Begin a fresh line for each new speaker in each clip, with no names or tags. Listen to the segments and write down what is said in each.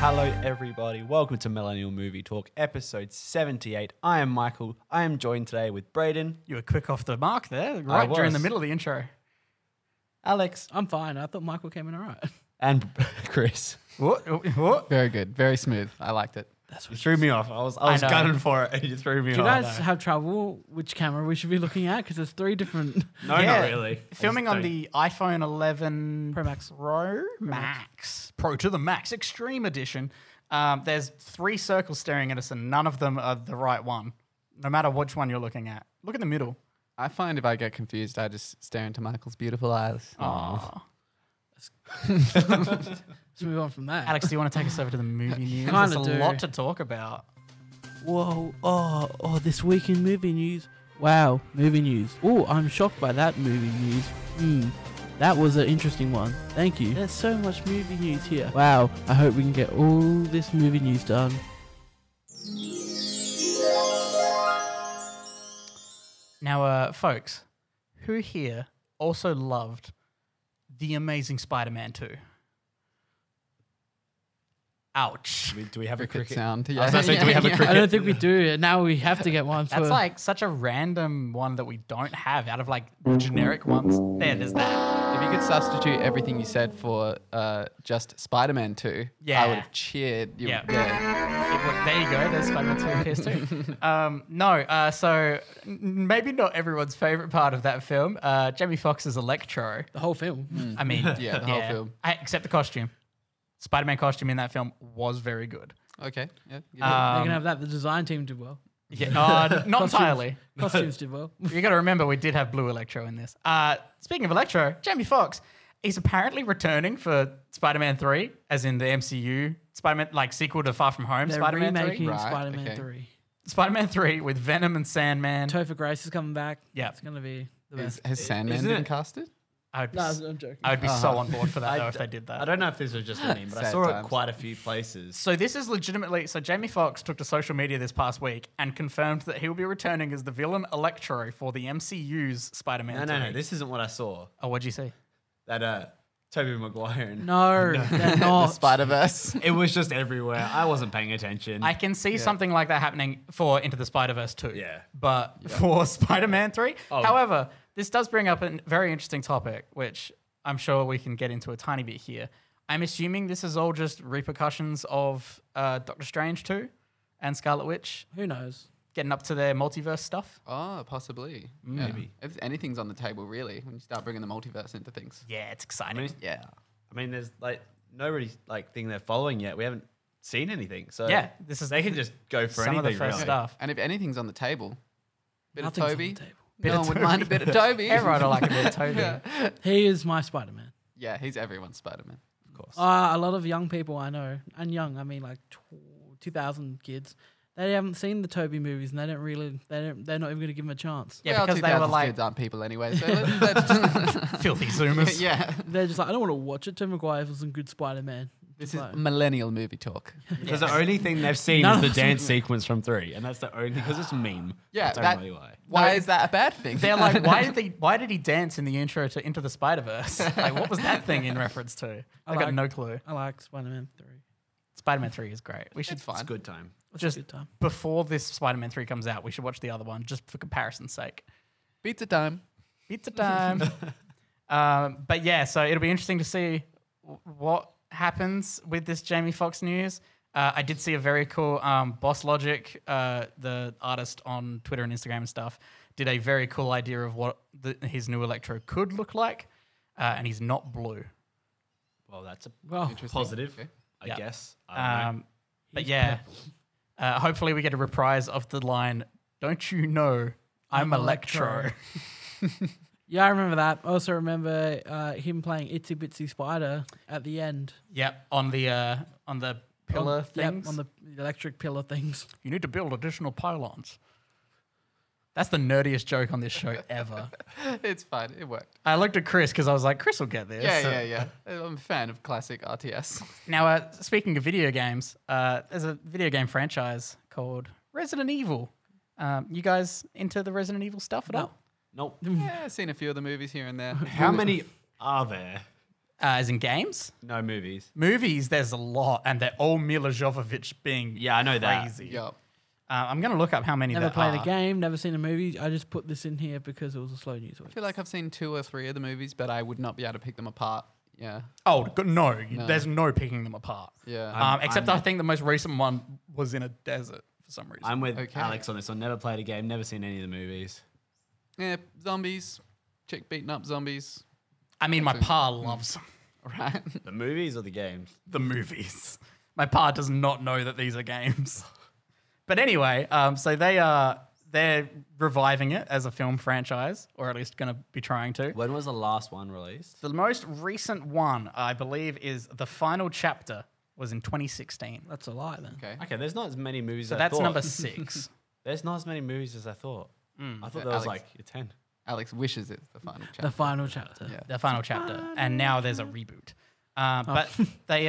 Hello, everybody. Welcome to Millennial Movie Talk, episode 78. I am Michael. I am joined today with Braden,
You were quick off the mark there, right during the
was.
middle of the intro.
Alex,
I'm fine. I thought Michael came in all right.
and Chris.
What? What?
Very good. Very smooth. I liked it.
You threw me off. I was, I was
know.
gunning for it, and you threw me
Oh,
Do you
off.
guys have trouble which camera we should be looking at? Because there's three different.
no,
Yeah.
not really.
Filming on the iPhone 11
Pro Max.
Pro Max. Pro to the Max Extreme Edition. Um, there's three circles staring at us, and none of them are the right one, no matter which one you're looking at. Look in the middle.
I find if I get confused, I just stare into Michael's beautiful eyes.
Aww.
Let's move on from that.
Alex, do you want to take us over to the movie news?
Kinda
There's a
do.
lot to talk about.
Whoa! Oh, oh! This week in movie news. Wow, movie news. Oh, I'm shocked by that movie news. Hmm, that was an interesting one. Thank you. There's so much movie news here. Wow, I hope we can get all this movie news done.
Now, uh, folks, who here also loved The Amazing Spider Man 2? Ouch.
Do we, do we have a
Cricket
cricket?
sound.
I was gonna say, do we have a
Yeah.
cricket?
I don't think we do. Now we have to get one.
That's
for-
like such a random one that we don't have out of like generic ones. There, there's that.
If you could substitute everything you said for uh, just Spider Man 2,
Yeah.
I would have cheered. You,
Yeah.
yeah.
There you go. There's Spider Man 2 and PS2. um, no, uh, so n- maybe not everyone's favorite part of that film, uh, Jamie Foxx's Electro.
the whole film.
I mean,
Yeah, the whole film.
I- except the costume. Spider Man costume in that film was very good.
Okay. Yeah. give it-
They're
Um,
gonna have that. The design team did well.
Yeah, uh, not entirely.
Costumes did well.
You got to remember we did have Blue Electro in this. Uh, speaking of Electro, Jamie Foxx, he's apparently returning for Spider-Man Three, as in the MCU Spider-Man like sequel to Far From Home
They're
Spider-Man
remaking
Three.
Right,
Spider-Man
okay.
3.
Spider-Man Three with Venom and Sandman.
Topher Grace is coming back.
Yeah.
It's going to be the
is,
best.
has Sandman
isn't
been
it-
casted?
I would be,
No,
s-
I'm joking.
I would be so on board for that though if they did that.
uh-huh. I don't know if this was just a meme, but I
Sad
saw it
times.
quite a few places.
So this is legitimately so Jamie Foxx took to social media this past week and confirmed that he will be returning as the villain Electro for the MCU's Spider-Man.
No, no, no.
3.
This isn't what I saw.
oh, what'd you say?
That uh, Toby Maguire and
No, they're
The
not.
Spider Verse.
it was just everywhere. I wasn't paying attention.
I can see something like that happening for Into the Spider Verse 2.
Yeah.
But for Spider Man 3. However, this does bring up a very interesting topic, which I'm sure we can get into a tiny bit here. I'm assuming this is all just repercussions of uh, Doctor Strange 2 and Scarlet Witch
Who knows?
getting up to their multiverse stuff.
Oh, possibly. Maybe. If anything's on the table, really, when you start bringing the multiverse into things.
Yeah, it's exciting.
mean-
Yeah.
I mean, there's like nobody like thing they're following yet. We haven't seen anything, so
Yeah, this is
they can just go for
Some of
anything.
the first
really.
stuff.
And if anything's on the table, bit
Nothing's on
of
the
Toby.
table.
no one would mind a bit of Toby.
Everyone will like a bit of Toby.
He is my Spider Man.
Yeah, he's everyone's Spider Man.
Uh, a lot of young people I know, and young, I mean like tw- 2,000 kids, they haven't seen the Toby movies and they don't really, they don't, they're not even going to give him a chance.
Yeah, because they were like
kids aren't people anyway. So let's, let's
filthy Zoomers.
yeah,
They're just like, I don't want to watch it. Tom McGuire was some good Spider Man.
this is millennial movie talk.
Because the only thing they've seen
None
is the
of us-
dance sequence from three, and that's the only because it's a meme.
Yeah,
that's
that-
only why.
Why is that a bad thing?
They're like, why did he, why did he dance in the intro to Into the Spider Verse? Like, what was that thing in reference to? I, got
like-
no clue.
I like Spider Man 3.
Spider Man Three is great. We should
It's fine.
It's a good time.
Just
just
a good time.
before this Spider Man Three comes out, we should watch the other one just for comparison's sake.
Pizza time.
Pizza time. um, but yeah, so it'll be interesting to see w- what happens with this Jamie Foxx news. Uh, I did see a very cool um, Boss Logic, uh, the artist on Twitter and Instagram and stuff, did a very cool idea of what the, his new Electro could look like, uh, and he's not blue.
Well, that's a
Well,
positive,
Okay.
I
Yeah.
guess.
Oh,
I don't know.
Um, but yeah, uh, hopefully we get a reprise of the line, "Don't you know I'm, Electro."
Electro." yeah, I remember that. I also remember uh, him playing Itsy Bitsy Spider at the end.
yep, on the uh, on the pillar
on, yep,
things.
on the electric pillar things.
you need to build additional pylons. That's the nerdiest joke on this show ever.
It's fine. It worked.
I looked at Chris because I was like, Chris will get this.
Yeah,
So-
yeah, yeah. I'm a fan of classic RTS.
Now, uh, speaking of video games, uh, there's a video game franchise called Resident Evil. Um, you guys into the Resident Evil stuff at
No.
all?
nope.
yeah, I've seen a few of the movies here and there.
How many are there?
uh, as in games,
No movies.
movies. There's a lot, and they're all Mila Jovovich being
Yeah, I know that.
crazy.
Yeah.
Uh, I'm gonna look up how many
Never
there
played
are.
a game, never seen a movie. I just put this in here because it was a slow news
I
week.
feel like I've seen two or three of the movies, but I would not be able to pick them apart. Yeah.
Oh g- no, you-
No.
there's no picking them apart.
Yeah.
Um, except i think the most recent one was in a desert for some reason.
I'm with
Okay.
Alex on this one. Never played a game, never seen any of the movies.
yeah. Zombies. Chick beating up zombies.
I mean, my pa
Mm.
loves
All right.
The movies or the games?
the movies. My pa does not know that these are games. But anyway, um, so they are they're reviving it as a film franchise, or at least going to be trying to.
When was the last one released?
The most recent one, I believe, is the final chapter was in 2016.
That's a lie then.
okay.
Okay, there's not as many movies
So
as I
that's
thought.
number six.
There's not as many movies as I thought. I thought
Yeah,
there was
Mm, Alex.
like a 10.
Alex wishes it's the final chapter.
The final chapter.
Yeah.
the final chapter, and now there's a reboot. Uh,
Oh.
but they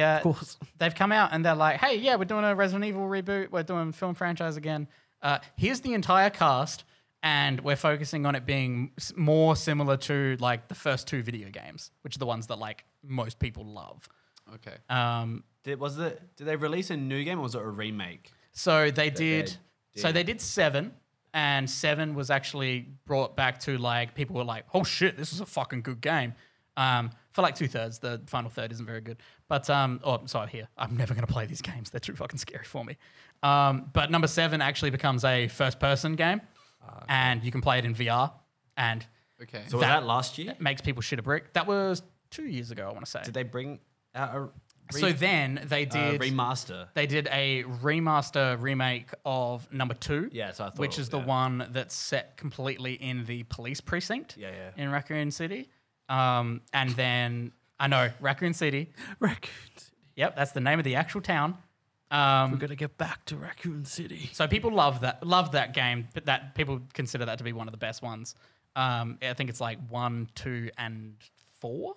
uh,
course.
they've come out and they're like, hey, yeah, we're doing a Resident Evil reboot. We're doing film franchise again. Uh, here's the entire cast, and we're focusing on it being s- more similar to like the first two video games, which are the ones that like most people love.
okay.
Um,
Did, was it, did they release a new game or was it a remake?
So they did, So
did.
they did seven, and seven was actually brought back to like people were like, "Oh shit, this is a fucking good game." Um, for like two thirds, the final third isn't very good. But um, oh, sorry, here I'm never gonna play these games. They're too fucking scary for me. Um, but number seven actually becomes a first person game,
Ah,
and you can play it in VR, and
Okay.
So was
That-
that last year?
makes people shit a brick. That was two years ago, I want to say.
Did they bring out a, re-
so then they
uh,
did
remaster?
They did a remaster remake of number two.
Yeah, so I thought
which
it
is
was-
the
yeah.
one that's set completely in the police precinct.
Yeah, yeah.
In Raccoon City, um, and then I know Raccoon City.
Raccoon City.
Yep, that's the name of the actual town. Um,
We're gonna get back to Raccoon City.
so people love that love that game, but that people consider that to be one of the best ones. Um, I think it's like one, two, and four,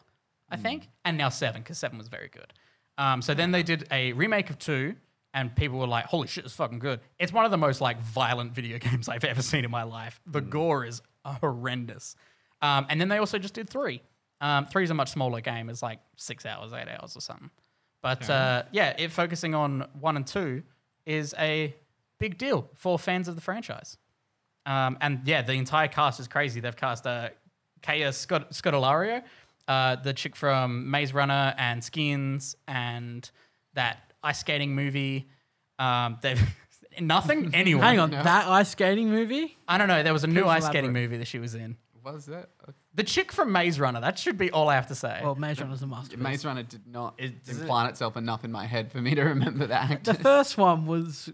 I think, and now seven because seven was very good. Um, so then they did a remake of two, and people were like, "Holy shit, it's fucking good!" It's one of the most like violent video games I've ever seen in my life. The gore is horrendous. Um, and then they also just did three. Um, three is a much smaller game; it's like six hours, eight hours, or something. But uh, yeah, it focusing on one and two is a big deal for fans of the franchise. Um, and yeah, the entire cast is crazy. They've cast uh, Kaya Scott- Scottolario, uh, the chick from Maze Runner and Skins, and that ice skating movie. Um, they've nothing anyone.
Hang on, that ice skating movie?
I don't know. There was a new
Please
ice skating
elaborate.
movie that she was in.
What is that? Okay.
The chick from Maze Runner. That should be all I have to say.
Well, Maze Runner's a masterpiece.
Maze Runner did not
It- does it-
implant itself enough in my head for me to remember that.
the first one was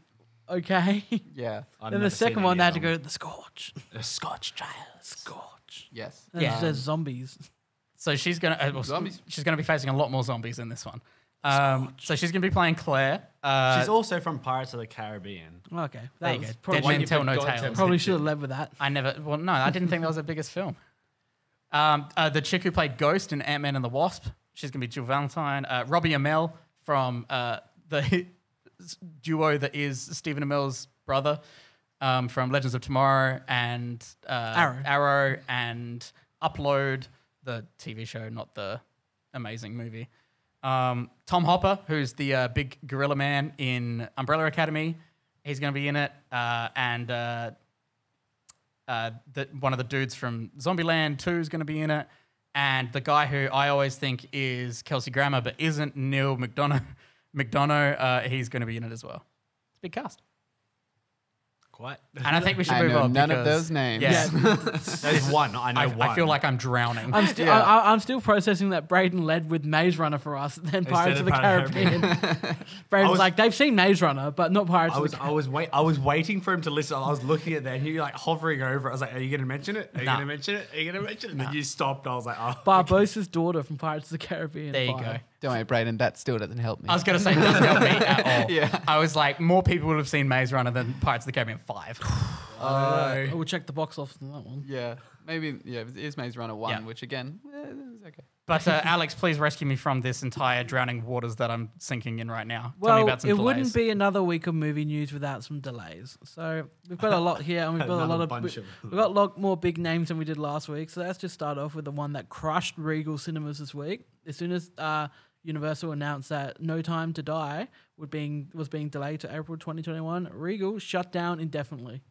okay.
yeah.
I've
then
never
the
seen
second
any
one,
of
they had to
them.
go to the Scorch.
Scotch Child.
Scorch.
Yes.
Then yeah.
Yeah.
there's zombies.
So she's gonna uh, well,
Zombies.
She's gonna be facing a lot more zombies in this one. Um, so she's gonna be playing Claire. Uh,
She's also from Pirates of the Caribbean.
Okay, that
there you go.
was
Dead
probably,
men
you
tell
put
no
God
tales.
Temple.
probably should have led with that.
I never. Well, no, I didn't think that was her biggest film. Um, uh, the chick who played Ghost in Ant Man and the Wasp. She's gonna be Jill Valentine. Uh, Robbie Amell from uh, the duo that is Stephen Amell's brother um, from Legends of Tomorrow and uh,
Arrow.
Arrow and Upload, the TV show, not the amazing movie. Um, Tom Hopper, who's the uh, big gorilla man in Umbrella Academy, he's going to be in it. Uh, and uh, uh, the, one of the dudes from Zombieland 2 is going to be in it. And the guy who I always think is Kelsey Grammer, but isn't Neil McDonough, McDonough uh, he's going to be in it as well. It's a big cast.
Quite.
And I think we should
I
move
know
on.
none of
because-
those names.
Yeah,
There's one. I know
I,
one.
I feel like I'm drowning.
I'm, sti-
Yeah.
I, I- I'm still processing that Braden led with Maze Runner for us, then Pirates of
of
the
Pirates of the
Caribbean. Braden's
was-
like, they've seen Maze Runner, but not Pirates
I
of
was
the
I was wait I was waiting for him to listen. I was looking at that and you were like hovering over. it. I was like, Are you gonna mention it? Are you
Nah.
gonna mention it? Are you gonna mention it? And then you stopped. I was like, Oh
Barbosa's daughter from Pirates of the Caribbean.
there you
Five.
go.
Don't worry, Brayden. That still doesn't help me.
I was going to say, it doesn't help me at all. I was like, more people would have seen Maze Runner than Pirates of the Caribbean 5.
Uh,
we'll check the box office on that one.
yeah, maybe yeah. It is Maze Runner one,
Yeah.
which again, eh, it's okay.
But uh, Alex, please rescue me from this entire drowning waters that I'm sinking in right now. Tell me
Well,
about some
it
delays.
wouldn't be another week of movie news without some delays. So we've got a lot here, and we've got a lot
Another
of
bunch of-
we've got a lot more big names than we did last week. So let's just start off with the one that crushed Regal Cinemas this week. As soon as uh, Universal announced that No Time to Die would being was being delayed to April 2021, Regal shut down indefinitely.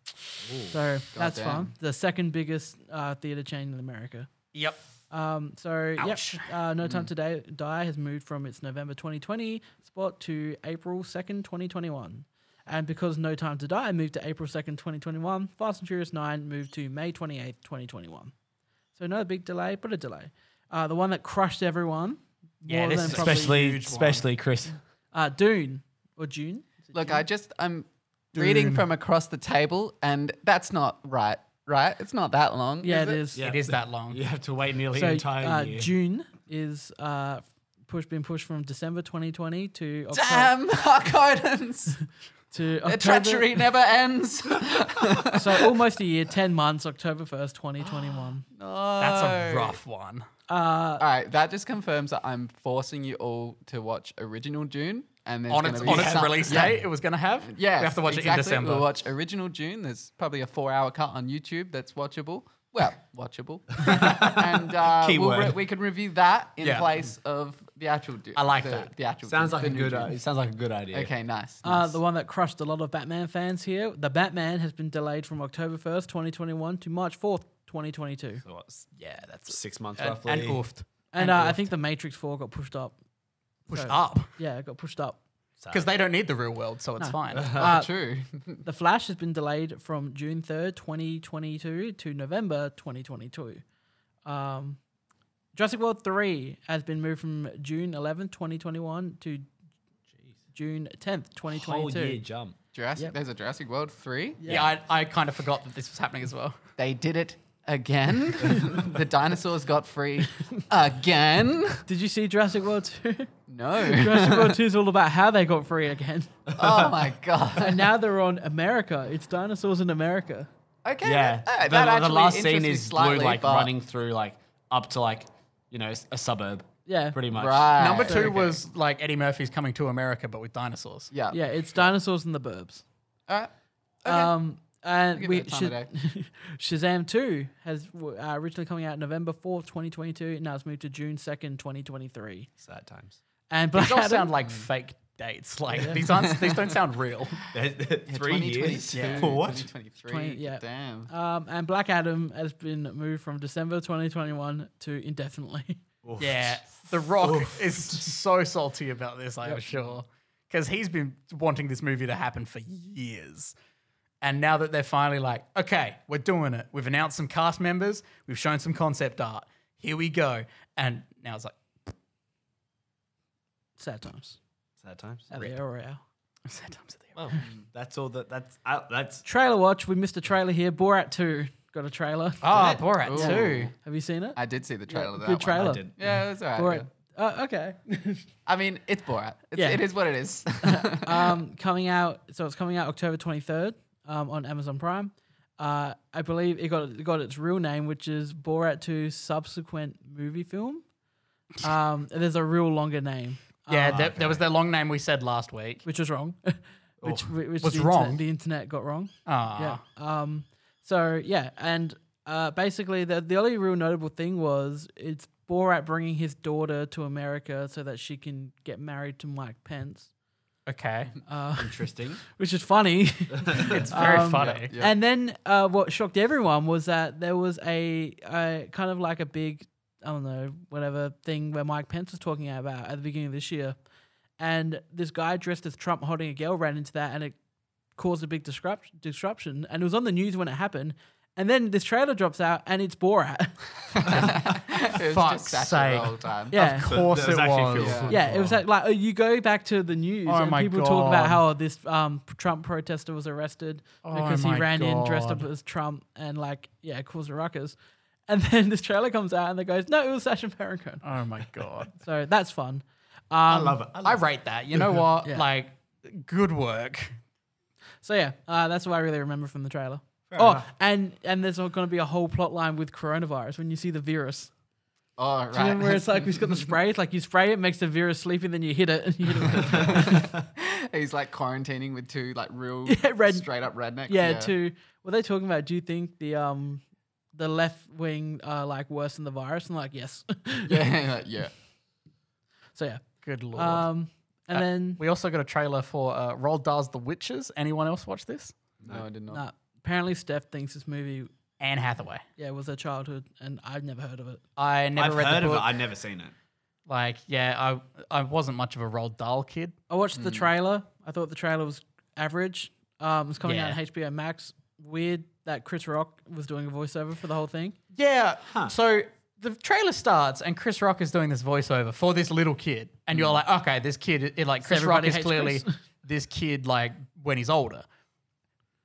so that's
goddamn.
fun. The second biggest uh, theater chain in America.
Yep.
Um, so
Ouch.
yep, uh, No Time to Die, Die has moved from its November 2020 spot to April 2nd, 2021. And because No Time to Die moved to April 2nd, 2021, Fast and Furious 9 moved to May 28th, 2021. So another big delay, but a delay. Uh, the one that crushed everyone,
Yeah,
more
this
than
is
probably,
especially-
especially,
huge one.
especially Chris.
uh, Dune or June. Is it
Look,
Dune?
I just I'm reading
Dune.
from across the table, and that's not right. Right? It's not that long.
yeah, it
is it?
is.
Yeah.
It is that long.
You have to wait nearly
So
an entire
uh,
year.
June is uh, push, been pushed from December 2020 to October.
Damn, Mark Odens.
To
Their
October,
treachery never ends.
Uh,
no.
So almost a year, ten months, October first, twenty twenty one.
That's a rough one.
Uh,
All right, that just confirms that I'm forcing you all to watch original Dune, and there's
On
gonna
its,
be
on its
some-
release
yeah.
date, it was going to have.
Yeah,
We have to watch
exactly.
it in December.
We'll watch original June. There's probably a four-hour cut on YouTube that's watchable. Well, watchable. and uh,
Key
we'll re-
word.
we can review that in
Yeah.
place of the actual Dune.
I like
the,
that.
The actual
Sounds
Dune,
like
the
a
new
good.
Dune.
Uh, it sounds like a good idea.
Okay, nice.
uh,
nice.
the one that crushed a lot of Batman fans here. The Batman has been delayed from October first, twenty twenty one, to March fourth, twenty twenty two.
So what's
yeah, that's
six months
and,
roughly.
and oofed.
And
And
uh, I
Earth.
think the Matrix four got pushed up.
Pushed
So-
up.
Yeah, it got pushed up.
Because they don't need the real world, so it's
No.
fine.
Oh, true.
The Flash has been delayed from June third, twenty twenty two, to November twenty twenty two. Um, Jurassic World three has been moved from June eleventh, twenty twenty one, to June tenth, twenty
whole
twenty
year
two.
jump.
Jurassic.
Yep.
There's a Jurassic World three.
yeah, I, I kind of forgot that this was happening as well.
They did it again. the dinosaurs got free again.
Did you see Jurassic World two?
No.
Jurassic World 2 is all about how they got free again.
oh my god.
And now they're on America. It's dinosaurs in America.
Okay.
Yeah.
all right,
the,
that
the
actually
last scene
interests me
is Blue
slightly,
like
but-
running through like up to like you know s- a suburb.
Yeah.
Pretty much.
Right.
Number two
Okay.
was like Eddie Murphy's coming to America, but with dinosaurs.
Yeah.
Yeah, it's dinosaurs in the burbs.
All right.
Um, and
give
we
it a time of
Shaz- Shazam 2 has w- uh, originally coming out November 4th, 2022. Now it's moved to June 2nd, 2023.
Sad times.
And Black
These all
Adam.
sound like fake dates. Like these aren't. These don't sound real.
Three years.
Yeah.
For what?
2023.
Twenty- yeah.
Damn.
um, and Black Adam has been moved from December 2021 to indefinitely.
Yeah, The Rock is so salty about this. I'm sure because he's been wanting this movie to happen for years. And now that they're finally like, okay, we're doing it. We've announced some cast members. We've shown some concept art. Here we go. And now it's like,
Sad times.
Sad times.
At the Arroyo.
sad times at the
Well, that's all that. That's uh, that's.
Trailer watch. We missed a trailer here. Borat 2 got a trailer.
Uh,
Ah,
Uh,
Borat
Ooh.
too.
Have you seen it?
I did see the trailer. of that
Good
one.
trailer.
didn't.
Yeah, it was alright.
Borat. Uh, okay.
I mean, it's Borat. It's,
Yeah.
It is what it is.
um, coming out. So it's coming out October 23rd um, on Amazon Prime. Uh, I believe it got it got its real name, which is Borat 2 subsequent movie film. Um, and there's a real longer name,
Yeah,
Ah,
there, there was their long name we said last week.
which was wrong. which whi- which
Oh, Was
the
wrong?
Internet, the internet got wrong.
Ah,
Yeah. Um. So yeah, and uh, basically the the only real notable thing was it's Borat bringing his daughter to America so that she can get married to Mike Pence,
okay.
Interesting.
which is funny.
It's very
Um,
funny.
Yeah.
And then uh, what shocked everyone was that there was a, a kind of like a big, I don't know, whatever thing where Mike Pence was talking about at the beginning of this year. And this guy dressed as Trump holding a girl ran into that and it caused a big disrupt- disruption. And it was on the news when it happened. And then this trailer drops out and it's Borat.
it was
Fuck's
just Sacha
sake.
the whole time.
yeah.
Of course
That was
it
actually
was.
Phil.
Yeah, it was like, like oh, you go back to the news
Oh
and
my
people talk about
God.
how this um, Trump protester was arrested
Oh
because he
my
ran in dressed up
God.
as Trump and like yeah caused a ruckus, and then this trailer comes out and they goes no it was Sacha Baron Cohen,
Oh my god.
so that's fun. Um,
I love it. I
I
love
rate that. You know what?
Yeah.
Like, good work.
So yeah, uh, that's what I really remember from the trailer.
it.
oh, and and there's not going to be a whole plot line with coronavirus when you see the virus.
Oh, right.
Do you remember where it's like we've got the spray? It's like you spray it, makes the virus sleepy, then you hit it. And you hit it with a-
He's like quarantining with two like real
Yeah, red-
straight up rednecks.
yeah, to were they talking about? Do you think the um the left wing are like worse than the virus? And like yes,
Yeah, yeah.
so yeah.
Good lord.
Um, and
Uh,
then
we also got a trailer for uh, Roald Dahl's The Witches. Anyone else watch this?
No, I did not.
nah, Uh, apparently Steph thinks this movie
Anne Hathaway.
yeah was her childhood, and I've never heard of it.
I never
I've
read
heard
the
of
book.
it. I've never seen it.
Like, yeah, I I wasn't much of a Roald Dahl kid.
I watched
Hmm.
the trailer. I thought the trailer was average. Um, it's coming out
Yeah.
on HBO Max. Weird that Chris Rock was doing a voiceover for the whole thing.
Yeah. So the trailer starts and Chris Rock is doing this voiceover for this little kid, and you're
Hmm.
like, okay, this kid, it, it, like Chris Rock
everybody
is
hates
clearly
Chris.
this kid like when he's older,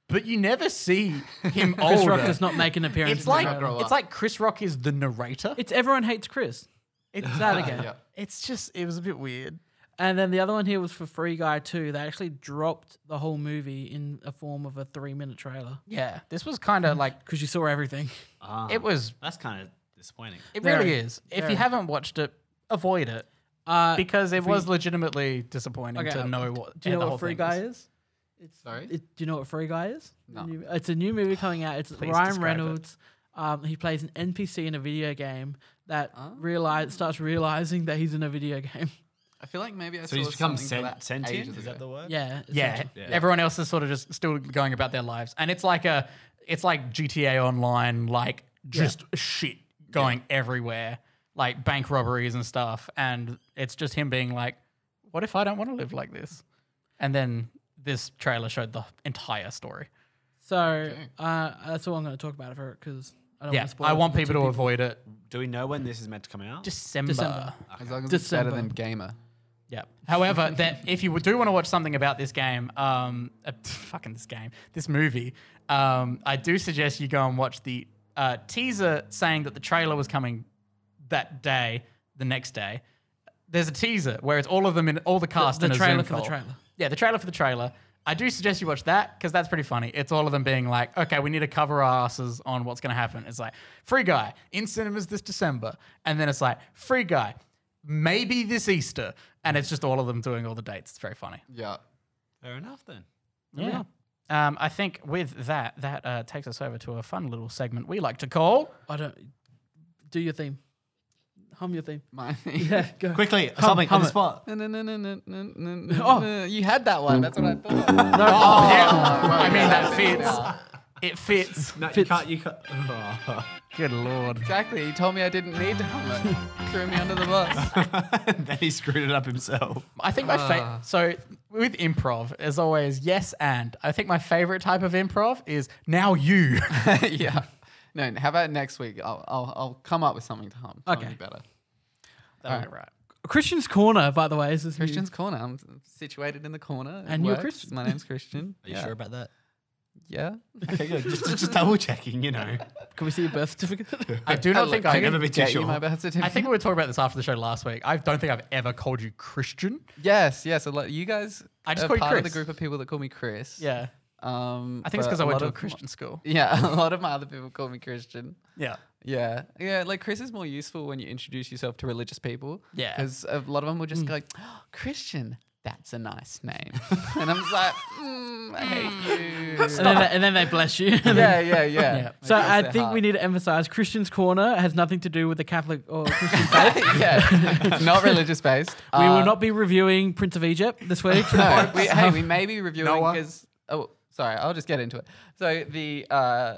but you never see him older.
Chris Rock does not make an appearance.
It's
in the
like
trailer.
grow up.
it's like Chris Rock is the narrator.
it's everyone hates Chris. It's that again.
yeah.
It's just it was a bit weird.
And then the other one here was for Free Guy too. They actually dropped the whole movie in a form of a three-minute trailer
Yeah, this was kind
Mm.
of like
because you saw everything.
Ah,
it was.
that's kind of disappointing.
It
Very,
really is. If
very.
you haven't watched it, avoid it
Uh,
because it was legitimately disappointing
okay,
to
um,
know what.
do you
the
know
whole
what Free
thing
Guy
is.
is? It's,
Sorry?
it- do you know what Free Guy is?
No.
New- It's a new movie coming out. It's
Please
Ryan
describe it.
Reynolds. Um, he plays an NPC in a video game that realize starts realizing that he's in a video game.
I feel like maybe I
So
saw
he's become
something
sen-
for that
sentient.
ages
Is that the
ago.
word?
yeah.
Yeah,
essentially.
everyone else is sort of just still going about their lives, and it's like a, it's like GTA Online, like just shit going everywhere, like bank robberies and stuff, and it's just him being like, "What if I don't want to live like this?" And then this trailer showed the entire story.
So uh, that's all I'm going to talk about it for because I don't
yeah,
want to spoil.
I
it for
want
the two
people to avoid it.
Do we know when this is meant to come out?
December.
December.
As long as
December.
it's better than gamer.
Yeah. However, that if you do want to watch something about this game, um, uh, fucking this game, this movie, um, I do suggest you go and watch the uh, teaser saying that the trailer was coming that day, the next day. There's a teaser where it's all of them in all the cast
the
in a
trailer
Zoom
for the
call.
trailer.
Yeah, the trailer for the trailer. I do suggest you watch that because that's pretty funny. It's all of them being like, okay, we need to cover our asses on what's going to happen. It's like, Free Guy in cinemas this December. And then it's like, Free Guy maybe this Easter. And it's just all of them doing all the dates. It's very funny.
Yeah.
Fair enough then.
Yeah. Um, I think with that, that uh, takes us over to a fun little segment we like to call.
I don't do your theme. Hum your theme.
My
Yeah, go.
Quickly, something on
hum
the
it.
spot.
oh. You had that one. That's what I thought. Oh.
No,
Oh.
I mean, that fits. It fits.
No, you can't. You can't. Oh.
Good lord.
Exactly. You told me I didn't need to hum it. Threw me under the bus.
then he screwed it up himself.
I think my favorite. So with improv, as always, yes and. I think my favorite type of improv is now you.
yeah. No, how about next week? I'll, I'll, I'll come up with something to hum.
Okay.
Something better.
Alright, right.
Christian's corner, by the way, is this new-
Christian's corner. I'm situated in the corner. It
And you're
works.
Christian.
My name's Christian.
Are you
yeah.
sure about that?
Yeah.
Okay, good. Just, just double checking, you know.
Can we see your birth certificate?
I do not
Look,
think
I
I.
I've
can
never been too
get you
sure.
my birth certificate.
I think we were talking about this after the show last week. I don't think I've ever called you Christian.
Yes, yes. A lot, you guys
I just
are
call you
part of the
Chris.
group of people that call me Chris.
Yeah.
Um,
I think it's
but
because I went
lot
to a
of-
Christian school.
Yeah, a lot of my other people call me Christian.
Yeah.
Yeah, yeah. Like Chris is more useful when you introduce yourself to religious people.
Yeah.
because a lot of them will just
Mm.
go, like, "Oh, Christian. That's a nice name. and I'm just like, mm, I hate you.
and, then they, and then they bless you.
yeah, yeah, yeah. Like,
So
that's
I
their
think we
heart.
need to emphasize Christian's corner has nothing to do with the Catholic or Christian.
yeah, it's not Um, religious based.
we will not be reviewing Prince of Egypt this week.
Uh, No, we, hey, we may be reviewing
Um, Noah?
because. Oh, sorry, I'll just get into it. So the uh,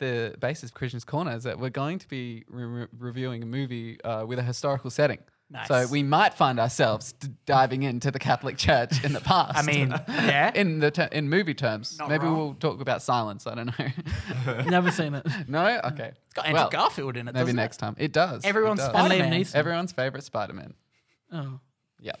the basis of Christian's Corner is that we're going to be re- re- reviewing a movie uh, with a historical setting.
Nice.
So we might find ourselves d- diving into the Catholic Church in the past.
I mean, yeah.
in the ter- in movie terms,
Not
maybe
wrong.
we'll talk about Silence. I don't know.
Never seen it.
no,
Mm.
okay.
It's got Andrew
well,
Garfield in it.
maybe
doesn't it?
next time. It does. It
Everyone's
does.
Spider
And
Man.
Liam Neeson.
Everyone's favorite Spider-Man.
Oh.
Yeah.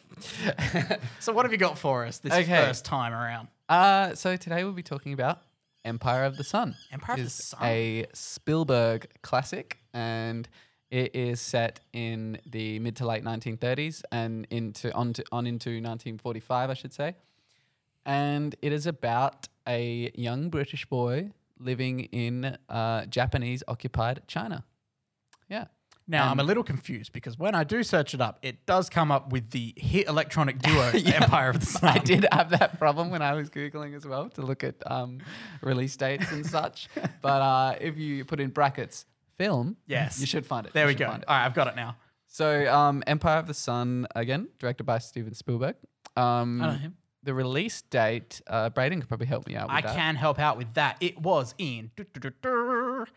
So what have you got for us this
Okay.
first time around?
Uh, so today we'll be talking about Empire of the Sun.
Empire of the
Is
Sun?
a Spielberg classic, and it is set in the mid to late 1930s and into on to, on into 1945, I should say. And it is about a young British boy living in uh, Japanese occupied China. Yeah.
Now I'm a little confused because when I do search it up, it does come up with the hit electronic duo Empire of the Sun.
I did have that problem when I was Googling as well to look at um, release dates and such. But uh, if you put in brackets film,
Yes.
you should find it.
There
You
we
should
go. All
find it.
right, I've got it now.
So, um, Empire of the Sun, again, directed by Steven Spielberg. Um,
I know him.
The release date, uh, Braden could probably help me out with
I
that.
can help out with that. It was in 10th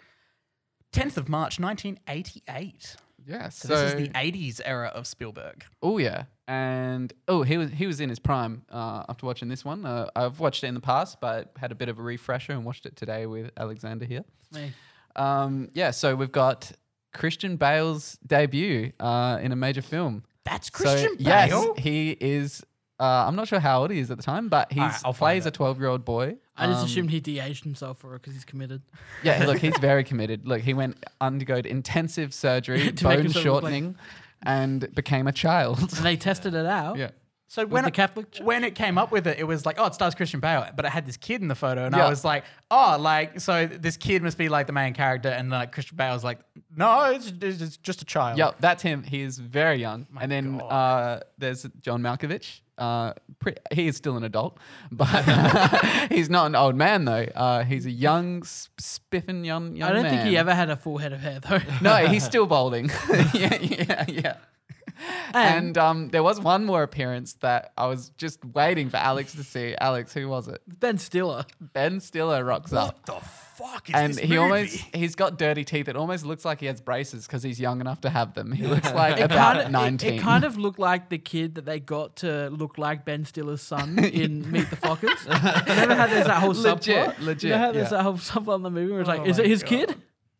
of March 1988.
Yeah. So,
So, this is the 80s era of Spielberg.
Oh yeah, and oh he was he was in his prime uh, after watching this one. Uh, I've watched it in the past, but had a bit of a refresher and watched it today with Alexander here.
Me.
Um, yeah, so we've got Christian Bale's debut uh, in a major film.
That's
So,
Christian
yes,
Bale.
he is. Uh, I'm not sure how old he is at the time, but he
All right, I'll find
plays a
it.
12 year old boy.
I just
Um,
assumed he de-aged himself for it because he's committed.
Yeah, look, he's very committed. Look, he went undergo intensive surgery,
To make
bone
himself look like-
shortening, and became a child.
And they tested it out.
yeah.
So
When
when
the
I,
Catholic Church.
when it came up with it, it was like, oh, it stars Christian Bale, but I had this kid in the photo, and
Yeah.
I was like, oh, like so this kid must be like the main character, and like Christian Bale's like, no, it's, it's it's just a child.
Yep, that's him. He is very young. and then uh, there's John Malkovich. Uh, pre- he is still an adult, but he's not an old man though. Uh, he's a young, sp- spiffing young young
I don't think he
man.
ever had a full head of hair though.
No, he's still balding. yeah, yeah, yeah. And, um, there was one more appearance that I was just waiting for Alex to see. Alex, who was it?
Ben Stiller.
Ben Stiller rocks up.
The fuck is
And
this
he
movie?
almost he's got dirty teeth. It almost looks like he has braces because he's young enough to have them. He looks like about
Kinda- it-
nineteen.
It, kind of looked like the kid that they got to look like Ben Stiller's son in Meet the Fockers. Remember how there's that whole
Legit,
subplot?
legit,
You know how there's
yeah.
that whole subplot in the movie where it's like,
Oh
is
my
it his
God.
kid?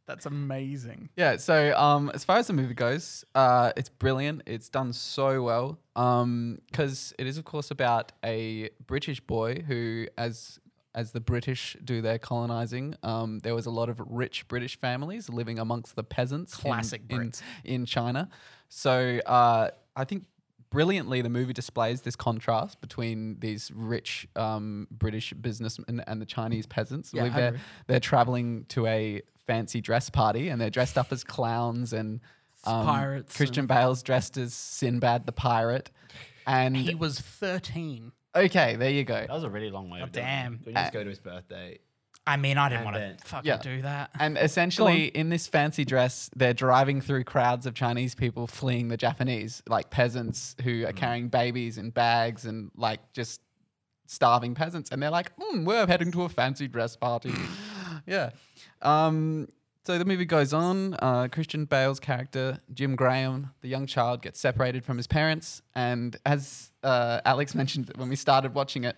That's amazing.
Yeah, so um, as far as the movie goes, uh, it's brilliant. It's done so well because it is, of course, about a British boy who, as as the British do their colonizing, um, there was a lot of rich British families living amongst the peasants. in-
Classic
in,
Brits.
in China. So uh, I think brilliantly the movie displays this contrast between these rich um, British businessmen and the Chinese peasants.
Yeah,
Live
I
there-
agree.
They're traveling to a fancy dress party and they're dressed up as clowns and um,
Pirates
Christian Bale's dressed as Sinbad the pirate. And
He was 13.
okay, there you go.
That was a really long way. of doing it.
damn.
Couldn't you just go to his birthday.
I mean, I didn't
And
want
then-
to fucking
Yeah.
do that.
And essentially, in this fancy dress, they're driving through crowds of Chinese people fleeing the Japanese, like peasants who
Mm.
are carrying babies in bags and like just starving peasants. And they're like, mm, we're heading to a fancy dress party. yeah. Um, so the movie goes on. Uh, Christian Bale's character, Jim Graham, the young child, gets separated from his parents. And as uh, Alex mentioned when we started watching it,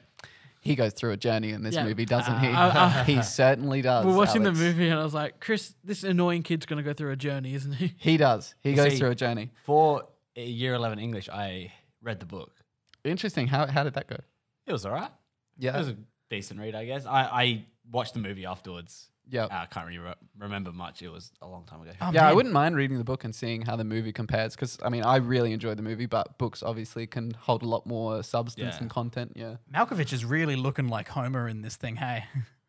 he goes through a journey in this
Yeah.
movie, doesn't he?
I-
he certainly does.
We're watching
Alex.
the movie and I was like, Chris, this annoying kid's gonna go through a journey, isn't he?
He does. He
You
goes
see-
through a journey.
For uh, year 11 English, I read the book.
Interesting. How how did that go?
It was all right.
Yeah.
It was a decent read, I guess. I, I watched the movie afterwards.
Yeah.
Uh, I can't really re- remember much. It was a long time ago.
yeah, I wouldn't mind reading the book and seeing how the movie compares because I mean I really enjoyed the movie, but books obviously can hold a lot more substance
Yeah.
and content. Yeah,
Malkovich is really looking like Homer in this thing, hey?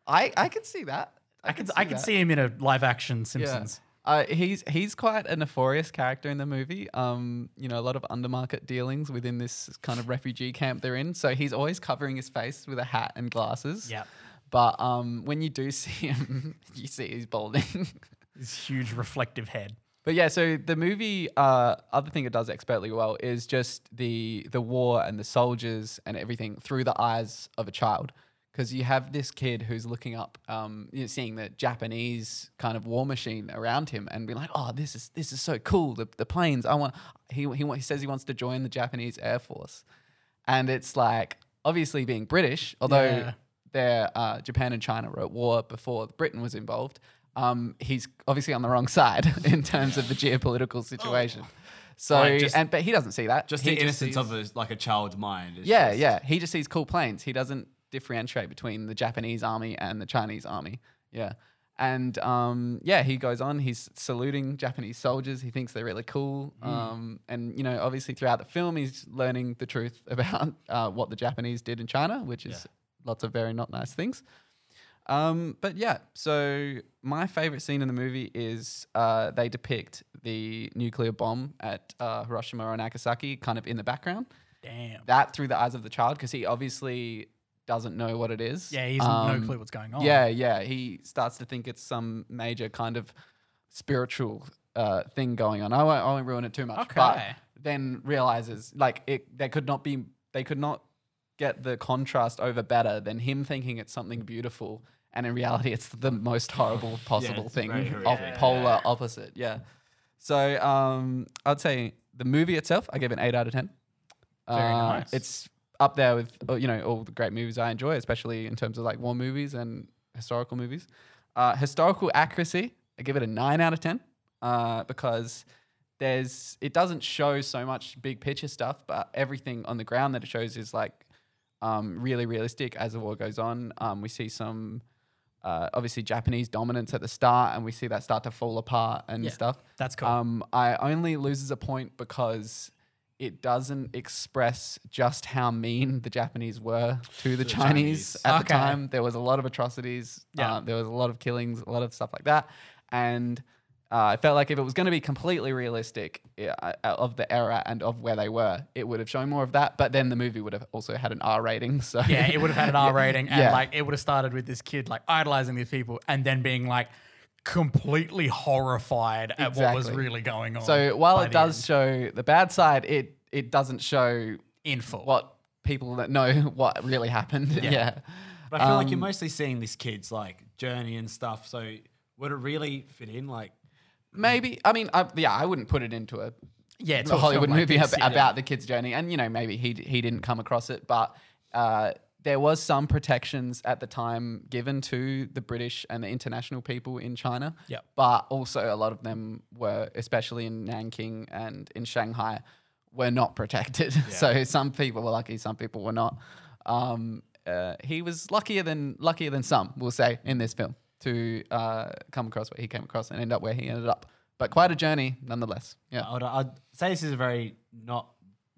I I can see that.
I can, I can see him in a live action Simpsons.
Uh, he's he's quite a nefarious character in the movie. Um, you know, a lot of undermarket dealings within this kind of refugee camp they're in. So he's always covering his face with a hat and glasses.
Yep.
But um, when you do see him, you see he's balding.
His huge reflective head.
But yeah, so the movie, uh, other thing it does expertly well is just the the war and the soldiers and everything through the eyes of a child, because you have this kid who's looking up, um, you know, seeing the Japanese kind of war machine around him and being like, "Oh, this is this is so cool! The, the planes! I want." He he wa- he says he wants to join the Japanese Air Force, and it's like obviously being British, although
Yeah.
there uh, Japan and China were at war before Britain was involved. Um, he's obviously on the wrong side in terms of the geopolitical situation. So,
Oh. Like, just-
and but he doesn't see that.
Just
He
the innocence
sees-
of a, like a child's mind. It's
yeah,
just-
yeah. He just sees cool planes. He doesn't differentiate between the Japanese army and the Chinese army. Yeah. And um, yeah, he goes on. He's saluting Japanese soldiers. He thinks they're really cool.
Hmm.
Um, and you know, obviously, throughout the film, he's learning the truth about uh, what the Japanese did in China, which is lots of very not nice things. Um, but yeah, so my favorite scene in the movie is uh, they depict the nuclear bomb at uh, Hiroshima or Nagasaki kind of in the background.
Damn.
That through the eyes of the child because he obviously doesn't know what it is.
Yeah, he's
Um,
no clue what's going on.
Yeah, yeah. He starts to think it's some major kind of spiritual uh, thing going on. I won't, I won't ruin it too much. But
Okay.
then realizes like it, they could not be, they could not get the contrast over better than him thinking it's something beautiful, and in reality, it's the most horrible possible
it's
thing
very
of
horrific.
polar opposite. Yeah. So um, I'd say the movie itself, I give it an eight out of ten.
Very nice.
Uh, It's up there with uh, you know all the great movies I enjoy, especially in terms of like war movies and historical movies. Uh, historical accuracy, I give it a nine out of ten uh, because there's it doesn't show so much big picture stuff, but everything on the ground that it shows is like um, really realistic as the war goes on. Um, we see some. Uh, obviously, Japanese dominance at the start, and we see that start to fall apart and
Yeah.
stuff.
That's cool.
Um, I only loses a point because it doesn't express just how mean the Japanese were to the, Chinese,
Chinese.
at
Okay.
the time. There was a lot of atrocities.
Yeah.
uh, there was a lot of killings, a lot of stuff like that, and. Uh, I felt like if it was going to be completely realistic yeah, uh, of the era and of where they were, it would have shown more of that. But then the movie would have also had an R rating. So
Yeah, it would have had an R rating, and
Yeah.
like it would have started with this kid like idolizing these people, and then being like completely horrified at what was
Exactly.
really going on.
So while
Oh, by
it
the
does
end.
show the bad side, it it doesn't show
in full,
what people that know what really happened. Yeah.
But I feel like you're mostly seeing this kid's like journey and stuff. So would it really fit in? Like,
Maybe. I mean, I, yeah, I wouldn't put it into a,
yeah, it's
a Hollywood movie ab-
about.
about the kid's journey. And, you know, maybe he, d- he didn't come across it, but uh, there was some protections at the time given to the British and the international people in China.
Yep.
But also a lot of them were, especially in Nanking and in Shanghai, were not protected. so some people were lucky, some people were not. Um, uh, he was luckier than luckier than some, we'll say, in this film to uh, come across what he came across and end up where he ended up. But quite a journey, nonetheless. Yeah.
I would, I'd say this is a very not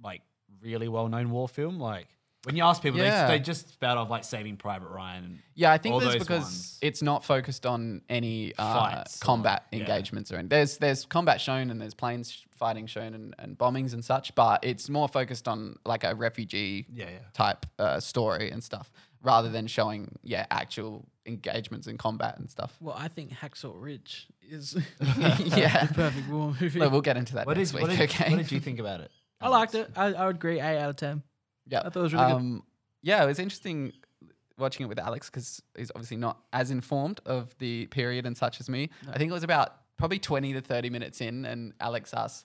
like really well known war film. Like, when you ask people,
Yeah.
they, they just spout off like Saving Private Ryan. And
Yeah, I think
all
that's
those
because
ones.
it's not focused on any uh,
Fights or-
combat
yeah.
engagements or anything. There's there's combat shown and there's planes sh- fighting shown and, and bombings and such, but it's more focused on like a refugee
Yeah, yeah.
type uh, story and stuff rather than showing yeah actual engagements in combat and stuff.
Well, I think Hacksaw Ridge is
Yeah.
the perfect war movie.
But we'll get into that
What,
next
is,
week.
what, did,
okay.
what did you think about it?
I liked it. I, I would agree eight out of ten.
Yeah, Um,
I thought it was really good.
Yeah, it was interesting watching it with Alex because he's obviously not as informed of the period and such as me. I think it was about probably twenty to thirty minutes in, and Alex asks,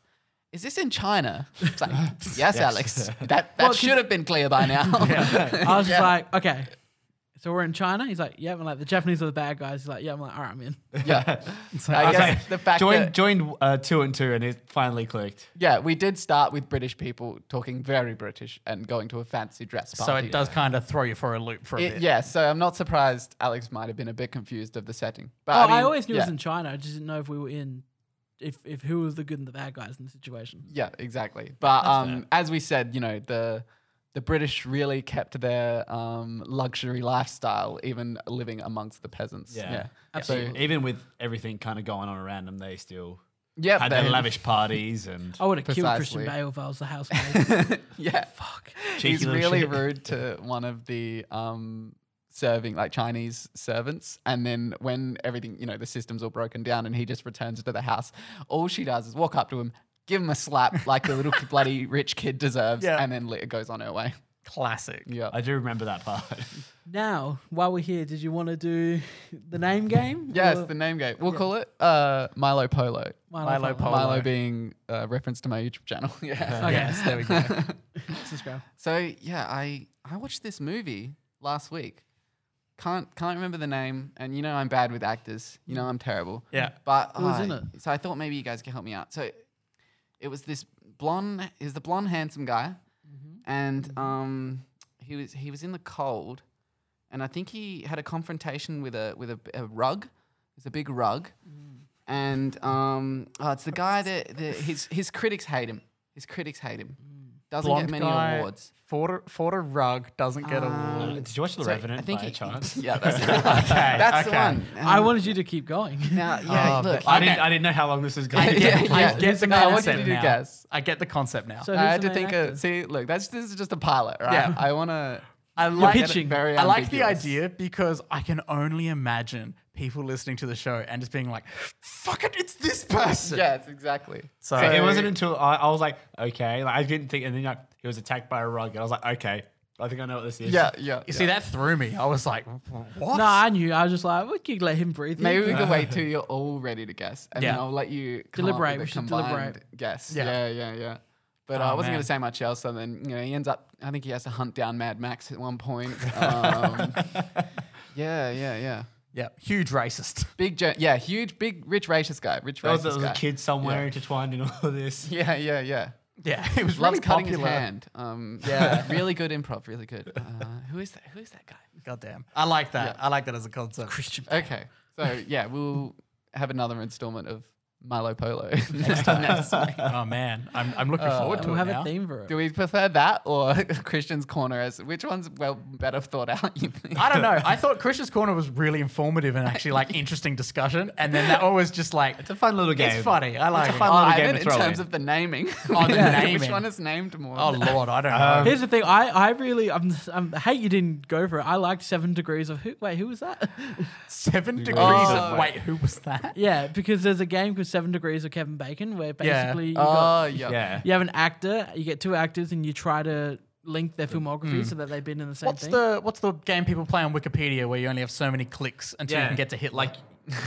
"Is this in China?" It's like, yes, Alex. That that
Well, 'cause-
should have been clear by now.
I was just like, okay. So we're in China. He's like, yeah. I'm like, the Japanese are the bad guys. He's like, yeah. I'm like, all right, I'm in.
yeah. I
like-
guess the fact
Joined,
that
joined uh, two and two, and it finally clicked.
yeah, we did start with British people talking very British and going to a fancy dress party.
so it does kind of throw you for a loop for a
It-
bit.
yeah, so I'm not surprised Alex might have been a bit confused of the setting. But
oh, I,
I, mean,
always knew it
yeah.
was in China. I just didn't know if we were in, if if who was the good and the bad guys in the situation.
Yeah, exactly. But um, as we said, you know the the British really kept their um, luxury lifestyle, even living amongst the peasants.
Yeah.
So,
Absolutely.
Even with everything kind of going on around them, they still
yeah,
had their lavish parties and
Oh.
I would have killed Christian
Precisely.
Bale if I was the housemaid.
yeah.
Fuck.
cheeky
He's
little
really
shit.
rude to one of the um, serving like Chinese servants, and then when everything you know the system's all broken down, and he just returns to the house, all she does is walk up to him, give him a slap like the little bloody rich kid deserves,
Yeah.
and then li- goes on her way.
Classic.
Yeah.
I do remember that part.
Now, while we're here, did you want to do the name game?
Yes,
Or-
the name game. We'll call it uh, Milo Polo.
Milo,
Milo Polo.
Polo.
Milo being a reference to my YouTube channel. yeah.
Okay.
Yes, there we go.
Subscribe.
So yeah, I I watched this movie last week. Can't can't remember the name, and you know I'm bad with actors. You know I'm terrible.
Yeah.
But
Who was
uh,
in it?
so I thought maybe you guys could help me out. So it was this blonde. Is the blonde handsome guy, and um he was he was in the cold, and I think he had a confrontation with a with a, a rug. It's a big rug. And um, oh, it's the guy that, that his his critics hate him. His critics hate him. Doesn't
blonde
get many
guy
awards.
fought a, fought a rug, doesn't get
Uh,
awards.
Uh, Did you watch The
So
Revenant by
he-
chance?
Yeah, that's, the one.
Okay,
that's
okay.
the one.
I
Um,
wanted you to keep going.
Now, yeah,
Oh,
look.
I
Okay.
didn't. I didn't know how long this was
I
going. to
get-
be.
I
I
yeah.
get the
No, I want you
concept
to do
now.
guess.
I get the concept now.
So
I
who's
had
the main
to think.
actor?
Of, see, look, that's this is just a pilot, right?
Yeah.
I want to.
I like
pitching.
Very
I like the
ambiguous.
idea because I can only imagine people listening to the show and just being like, "Fuck it, it's this person."
Yes, exactly.
So,
So it wasn't until I, I was like, okay, like I didn't think, and then like he was attacked by a rug, and I was like, okay, I think I know what this is.
Yeah, yeah.
You see, that threw me. I was like, "What?"
No, I knew. I was just like, we could let him breathe.
Maybe we can wait till you're all ready to guess, and then
Yeah.
I'll let you come
Deliberate,
Up
we
with a
should
combined
deliberate.
Guess.
Yeah.
Yeah, yeah, yeah. But uh, I
Oh,
wasn't
man.
going to say much else. And then you know he ends up. I think he has to hunt down Mad Max at one point. Um, yeah, yeah, yeah.
yeah, huge racist.
Big, jo- yeah, huge, big, rich racist guy. Rich
There was,
racist
there was
guy.
a kid somewhere intertwined in all of this.
Yeah, yeah, yeah.
Yeah, it was
Loves
really
cutting his
popular.
hand. Um, yeah, really good improv. Really good. Uh, who is that? Who is that guy?
Goddamn, I like that. I like that as a concept.
Christian.
Okay. So yeah, we'll have another installment of Milo Polo next time. next week.
oh man, I'm, I'm looking forward
And
to
We'll
it
have
now.
a theme for it.
Do we prefer that or Christian's corner as which one's well better thought out? You think?
I don't know. I thought Chris's corner was really informative and actually like interesting discussion, and then that one was just like
It's a fun little game.
it's funny. I like
It's a
it.
fun
Oh,
little
I
game
meant
to
in
throw
terms
in.
of Oh, the naming.
the
Which
naming.
one is named more?
Oh lord, I don't know.
Here's the thing. I, I really I'm, I'm I hate you didn't go for it. I liked Seven Degrees of Who. Wait, who was that?
Seven degrees.
Oh.
of, wait, who was that?
yeah, because there's a game called Seven Degrees of Kevin Bacon where
Yeah.
basically you, got,
Oh yeah.
yeah.
you have an actor, you get two actors, and you try to link their
Mm.
filmography so that they've been in the same
What's
thing.
the what's the game people play on Wikipedia where you only have so many clicks until you
Yeah.
can get to hit like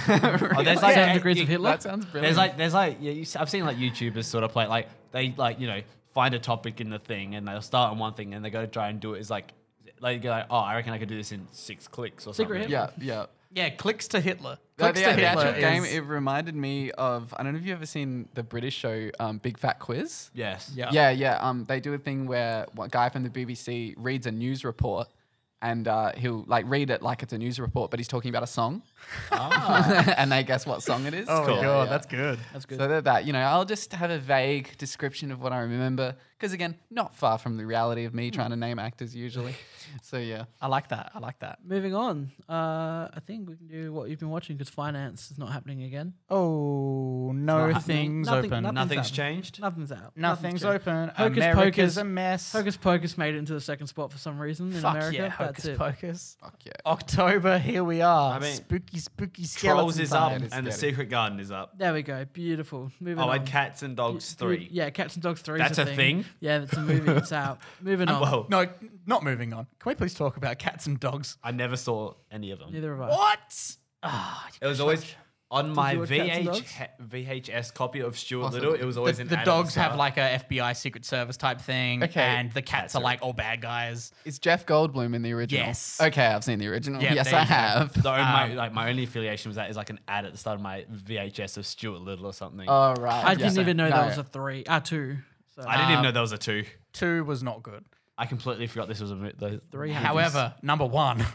Oh, there's
Seven
eight-
Degrees of
you-
Hitler?
That sounds brilliant.
There's like, there's like, yeah, you, s- I've seen like YouTubers sort of play like they like you know find a topic in the thing and they'll start on one thing and they go try and do it is like like you're like oh I reckon I could do this in six clicks or
Secret
something.
yeah, yeah.
yeah clicks to
Uh,
Hitler.
Like
Clicks
the,
to
the
Hitler
actual game,
is-
it reminded me of. I don't know if you've ever seen the British show um, Big Fat Quiz.
Yes.
yeah.
Yeah, yeah. Um, they do a thing where a guy from the BBC reads a news report, and uh, he'll like read it like it's a news report, but he's talking about a song, and they guess what song it is.
Oh my
cool.
god,
Yeah.
Ah. that's good.
That's good.
So that, that you know, I'll just have a vague description of what I remember, because again, not far from the reality of
Hmm.
me trying to name actors usually. So yeah,
I like that. I like that.
Moving on. Uh, I think we can do what you've been watching because finance is not happening again.
Oh no, things
nothing-
open.
nothing-
Nothing's
Nothing's
changed.
Nothing's out.
Nothing's
changed.
open.
Hocus
America's
Pocus-
a mess.
Hocus Pocus made it into the second spot for some reason in
Fuck
America.
yeah,
That's
Hocus
it.
Pocus.
fuck yeah.
October, here we are.
I mean,
spooky, spooky
Trolls
skeleton
is
time.
up
That
and
is
the
scary.
Secret Garden is up.
There we go. Beautiful. Moving
Oh,
on.
and Cats and Dogs
You-
three.
Yeah, Cats and Dogs 3.
That's
is
a thing?
Yeah, that's a movie. It's out. Moving on.
Whoa,
No, not moving on. Can we please talk about cats and dogs?
I never saw any of them.
Neither of us.
What? Ah,
It was always on my
watch Cats and
VH, VHS copy of Stuart
Possibly.
Little. It was always
the,
an
the
Adam
dogs
Star.
have like a FBI Secret Service type thing,
Okay.
and the cats are like all bad guys.
Is Jeff Goldblum in the original?
Yes.
Okay, I've seen the original.
Yeah,
yes,
there
I
you go.
have.
The only, my, like my only affiliation was that is like an ad at the start of my VHS of Stuart Little or something.
All right.
I didn't
yeah.
even know
No.
that was a 3. Ah, 2. So,
I didn't even know there was a two.
Two was not good.
I completely forgot this was a mo- the
Three had-
However, number one,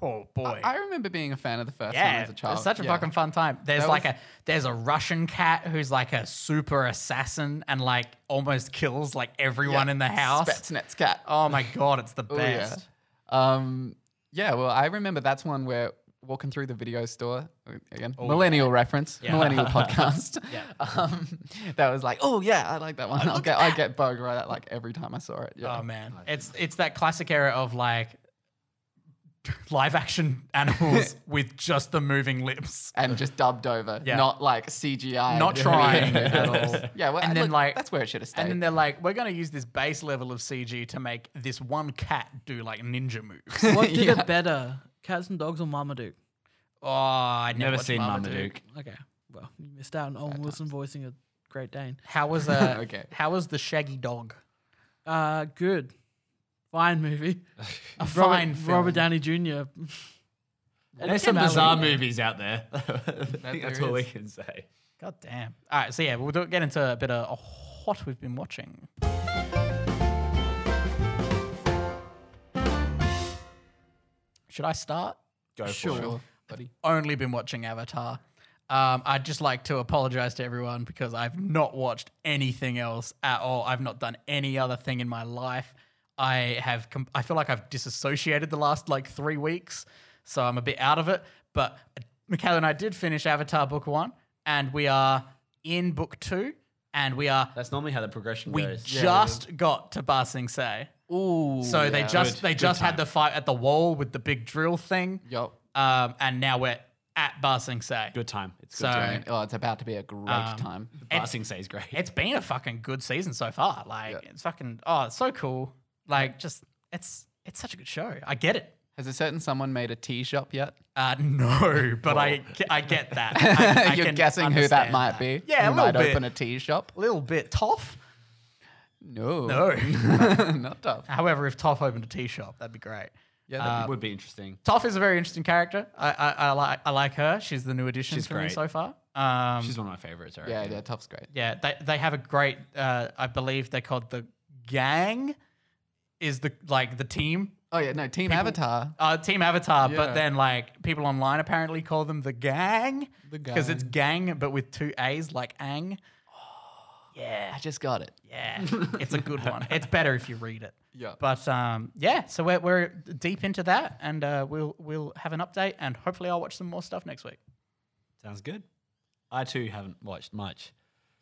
oh boy,
I remember being a fan of the first one
yeah,
as a child.
it's such a
Yeah.
fucking fun time. There's
That
like
was-
a there's a Russian cat who's like a super assassin and like almost kills like everyone in the house.
Spetsnet's cat.
Oh my god, it's the
Oh, yeah.
best.
Um, yeah, well, I remember that's one where walking through the video store uh, again, millennial reference,
Oh, Yeah.
millennial podcast.
Yeah.
Um, that was like, oh yeah, I like that one. I'll get, I get bug right at like every time I saw it. Yeah.
Oh man, it's it's that classic era of like live action animals with just the moving lips,
and just dubbed over,
Yeah.
not like CGI.
not trying at all.
Yeah, well,
And then, like-
that's where it should have stayed.
And then they're like, we're going to use this base level of CG to make this one cat do like ninja moves. oh,
what did
Yeah.
it better? Cats and Dogs or Marmaduke?
Oh, I never,
Never
watched
seen
Marmaduke.
Marmaduke.
Okay. Well, you missed out on Owen Wilson voicing a Great Dane.
How was uh,
Okay.
How was the Shaggy Dog?
Uh, good. Fine movie.
A
Robert,
fine film.
Robert Downey Jr.
There's some
Mallory.
bizarre movies out there. I think
there
that's all we
is.
can say.
God damn. All right, so yeah, we'll do- get into a bit of what we've been watching. Should I start?
Go for
sure,
it.
buddy.
Only been watching Avatar. Um, I'd just like to apologize to everyone because I've not watched anything else at all. I've not done any other thing in my life. I have. Com- I feel like I've disassociated the last like three weeks, so I'm a bit out of it. But Michaela and I did finish Avatar Book One, and we are in Book Two, and we are.
That's normally how the progression
We
goes.
just got to Ba Sing Se.
Ooh.
So they just
Good-
they
good
just
time.
had the fight at the wall with the big drill thing.
Yup.
Um, and now we're at Ba Sing Se.
good time. It's
So
good. time.
Oh, it's about to be a great
Um,
time.
Passing say is great.
it's been a fucking good season so far. Like
Yeah.
it's fucking oh, it's so cool. Like just it's it's such a good show. I get it.
Has a certain someone made a tea shop yet?
Uh, no, but I I get that. I, I
You're
can
guessing who that
understand
might be.
Yeah, a
Who
little
might
bit.
open a tea shop.
Little bit toff.
No,
No.
not tough.
However, if Toff opened a tea shop, that'd be great.
Yeah,
That would be interesting.
Toph is a very interesting character. I I, I like I like her. She's the new addition
She's
for me
great.
so far. Um,
She's one of my favorites. I
yeah,
reckon.
yeah, tough's great.
yeah, they they have a great. Uh, I believe they're called the gang. Is the like the team
Oh yeah, no, Team Avatar.
uh, Team Avatar, but
Yeah.
then like people online apparently call them the gang
The
because it's gang but with two A's like Ang.
I just got it.
Yeah, it's a good one. It's better if you read it.
Yeah.
But um, yeah, so we're, we're deep into that, and uh, we'll we'll have an update, and hopefully I'll watch some more stuff next week.
Sounds good. I too haven't watched much.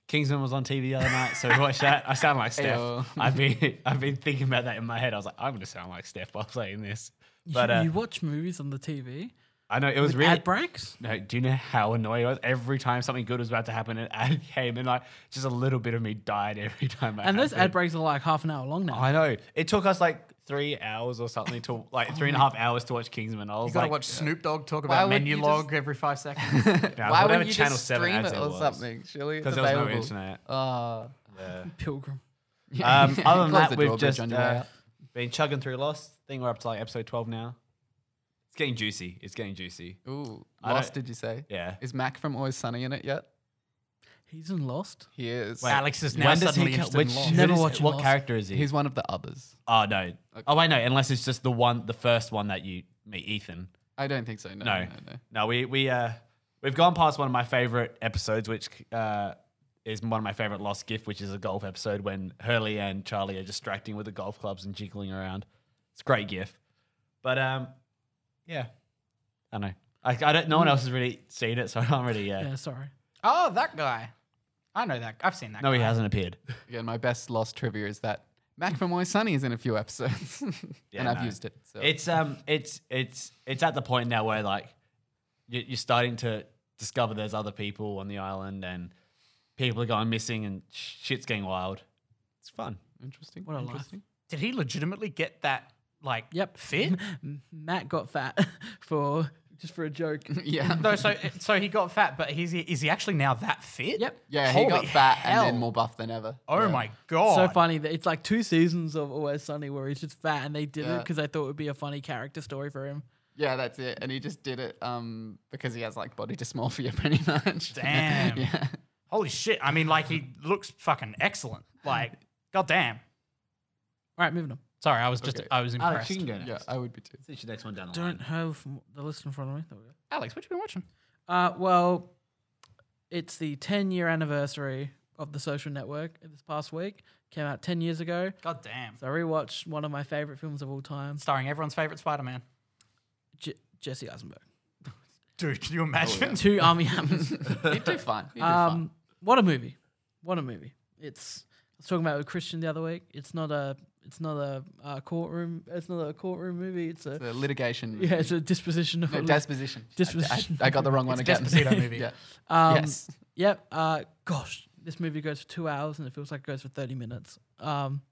Kingsman was on TV the other night, so we watched that. I sound like Steph.
Ayo.
I've been I've been thinking about that in my head. I was like, I'm gonna sound like Steph while playing this. But
you,
uh,
you watch movies on the TV.
I know it was
With
really
ad breaks.
No, do you know how annoying it was? Every time something good was about to happen, an ad came and like just a little bit of me died every time. I
And those ad
break.
breaks are like half an hour long now.
I know it took us like three hours or something to like three and a half hours to watch Kingsman. I was
You gotta
like,
watch Snoop Dogg talk
Why
about
would
menu
you
log
just-
every five seconds.
Nah,
Why
whatever
would you
Channel
just
7
stream
ads
it
it
or
was.
something? Surely it's
because there was no
available.
internet.
Uh,
Pilgrim.
Um, other than
Close the
that, we've
drawbridge
just
on your way
uh,
out.
been chugging through Lost. I think we're up to like episode 12 now. It's getting juicy. It's getting juicy.
Ooh,
I
Lost?
don't-
Did you say?
Yeah.
Is Mac from Always Sunny in it yet?
He's in Lost.
He is.
Alex is now suddenly interested in Lost.
who
Never
does-
watching
What
Lost.
character is he?
He's one of the others.
oh, no. Oh, wait, no. Unless it's just the one, the first one that you meet, Ethan.
I don't think so. No,
No,
no, no.
no. We we uh we've gone past one of my favorite episodes, which uh is one of my favorite lost gift, which is a golf episode when Hurley and Charlie are distracting with the golf clubs and jiggling around. It's a great gif, but um, yeah, I don't know. I, I don't. No one else has really seen it, so I can't really. Uh,
Yeah, sorry.
oh, that guy. I know that. I've seen that.
No,
guy.
he hasn't appeared.
Again, my best Lost trivia is that Mac from Always Sunny is in a few episodes, and I've
no.
used it. So.
It's um, it's it's it's at the point now where like you- you're starting to discover there's other people on the island and people are going missing and shit's getting wild. It's fun.
interesting.
What a life.
interesting.
Did he legitimately get that? Like
Yep.
fit?
M- Matt got fat for just for a joke.
Yeah.
No, so so he got fat, but he's is he actually now that fit?
Yep.
Yeah,
Holy
he got fat and
hell.
then more buff than ever.
Oh
Yeah.
my god.
so funny that it's like two seasons of Always Sunny where he's just fat, and they did it 'cause it
Yeah.
because they thought it would be a funny character story for him.
Yeah, that's it. And he just did it um, because he has like body dysmorphia pretty much.
Damn.
yeah.
Holy shit. I mean, like he looks fucking excellent. Like, goddamn.
All right, moving on.
Sorry, I was just
Okay.
I was
Alex,
impressed.
you can go next.
Yeah, I would be too.
It's your next one down the
Don't
line.
have m- the list in front of me. There we go.
Alex, what you been watching?
Uh, well, it's the 10 year anniversary of the social network this past week. Came out 10 years ago.
Goddamn.
So I rewatched one of my favorite films of all time,
Starring everyone's favorite Spider-Man.
J- Jesse Eisenberg.
Dude,
Oh,
can you imagine?
Two Army Hammers.
He'd do fun. He'd do fun.
um, what a movie! What a movie! It's I was talking about it with Christian the other week. It's not a it's not a uh, courtroom. It's not a courtrom movie. It's a
The litigation.
yeah. It's a disposition of
No,
a-
disposition. I-
Disposition.
I, I got the wrong one
It's a
again.
Desposito movie.
yeah.
Um,
yes.
Yep. Uh, gosh, this movie goes for two hours and it feels like it goes for thirty minutes. Um,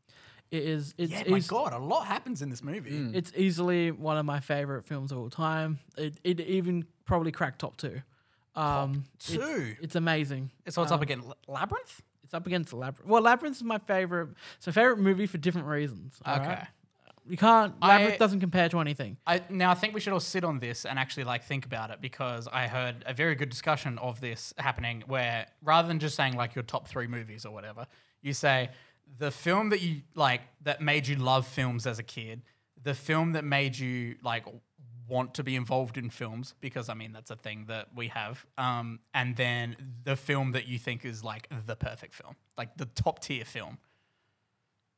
it is. It's,
Yeah, my
eas-
god, a lot happens in this movie.
it's easily one of my favorite films of all time. It, it even probably cracked top two. Um, it's-
two?
It's amazing.
So it's up again. Labyrinth?
It's up against Labyrinth. Well, Labyrinth is my favorite. It's my favorite movie for different reasons. all right?
Okay.
You can't. Labyrinth
I-
doesn't compare to anything.
I, now I think we should all sit on this and actually like think about it because I heard a very good discussion of this happening where rather than just saying like your top three movies or whatever, you say the film that you like that made you love films as a kid, the film that made you like want to be involved in films because I mean that's a thing that we have. Um, and then the film that you think is like the perfect film, like the top tier film.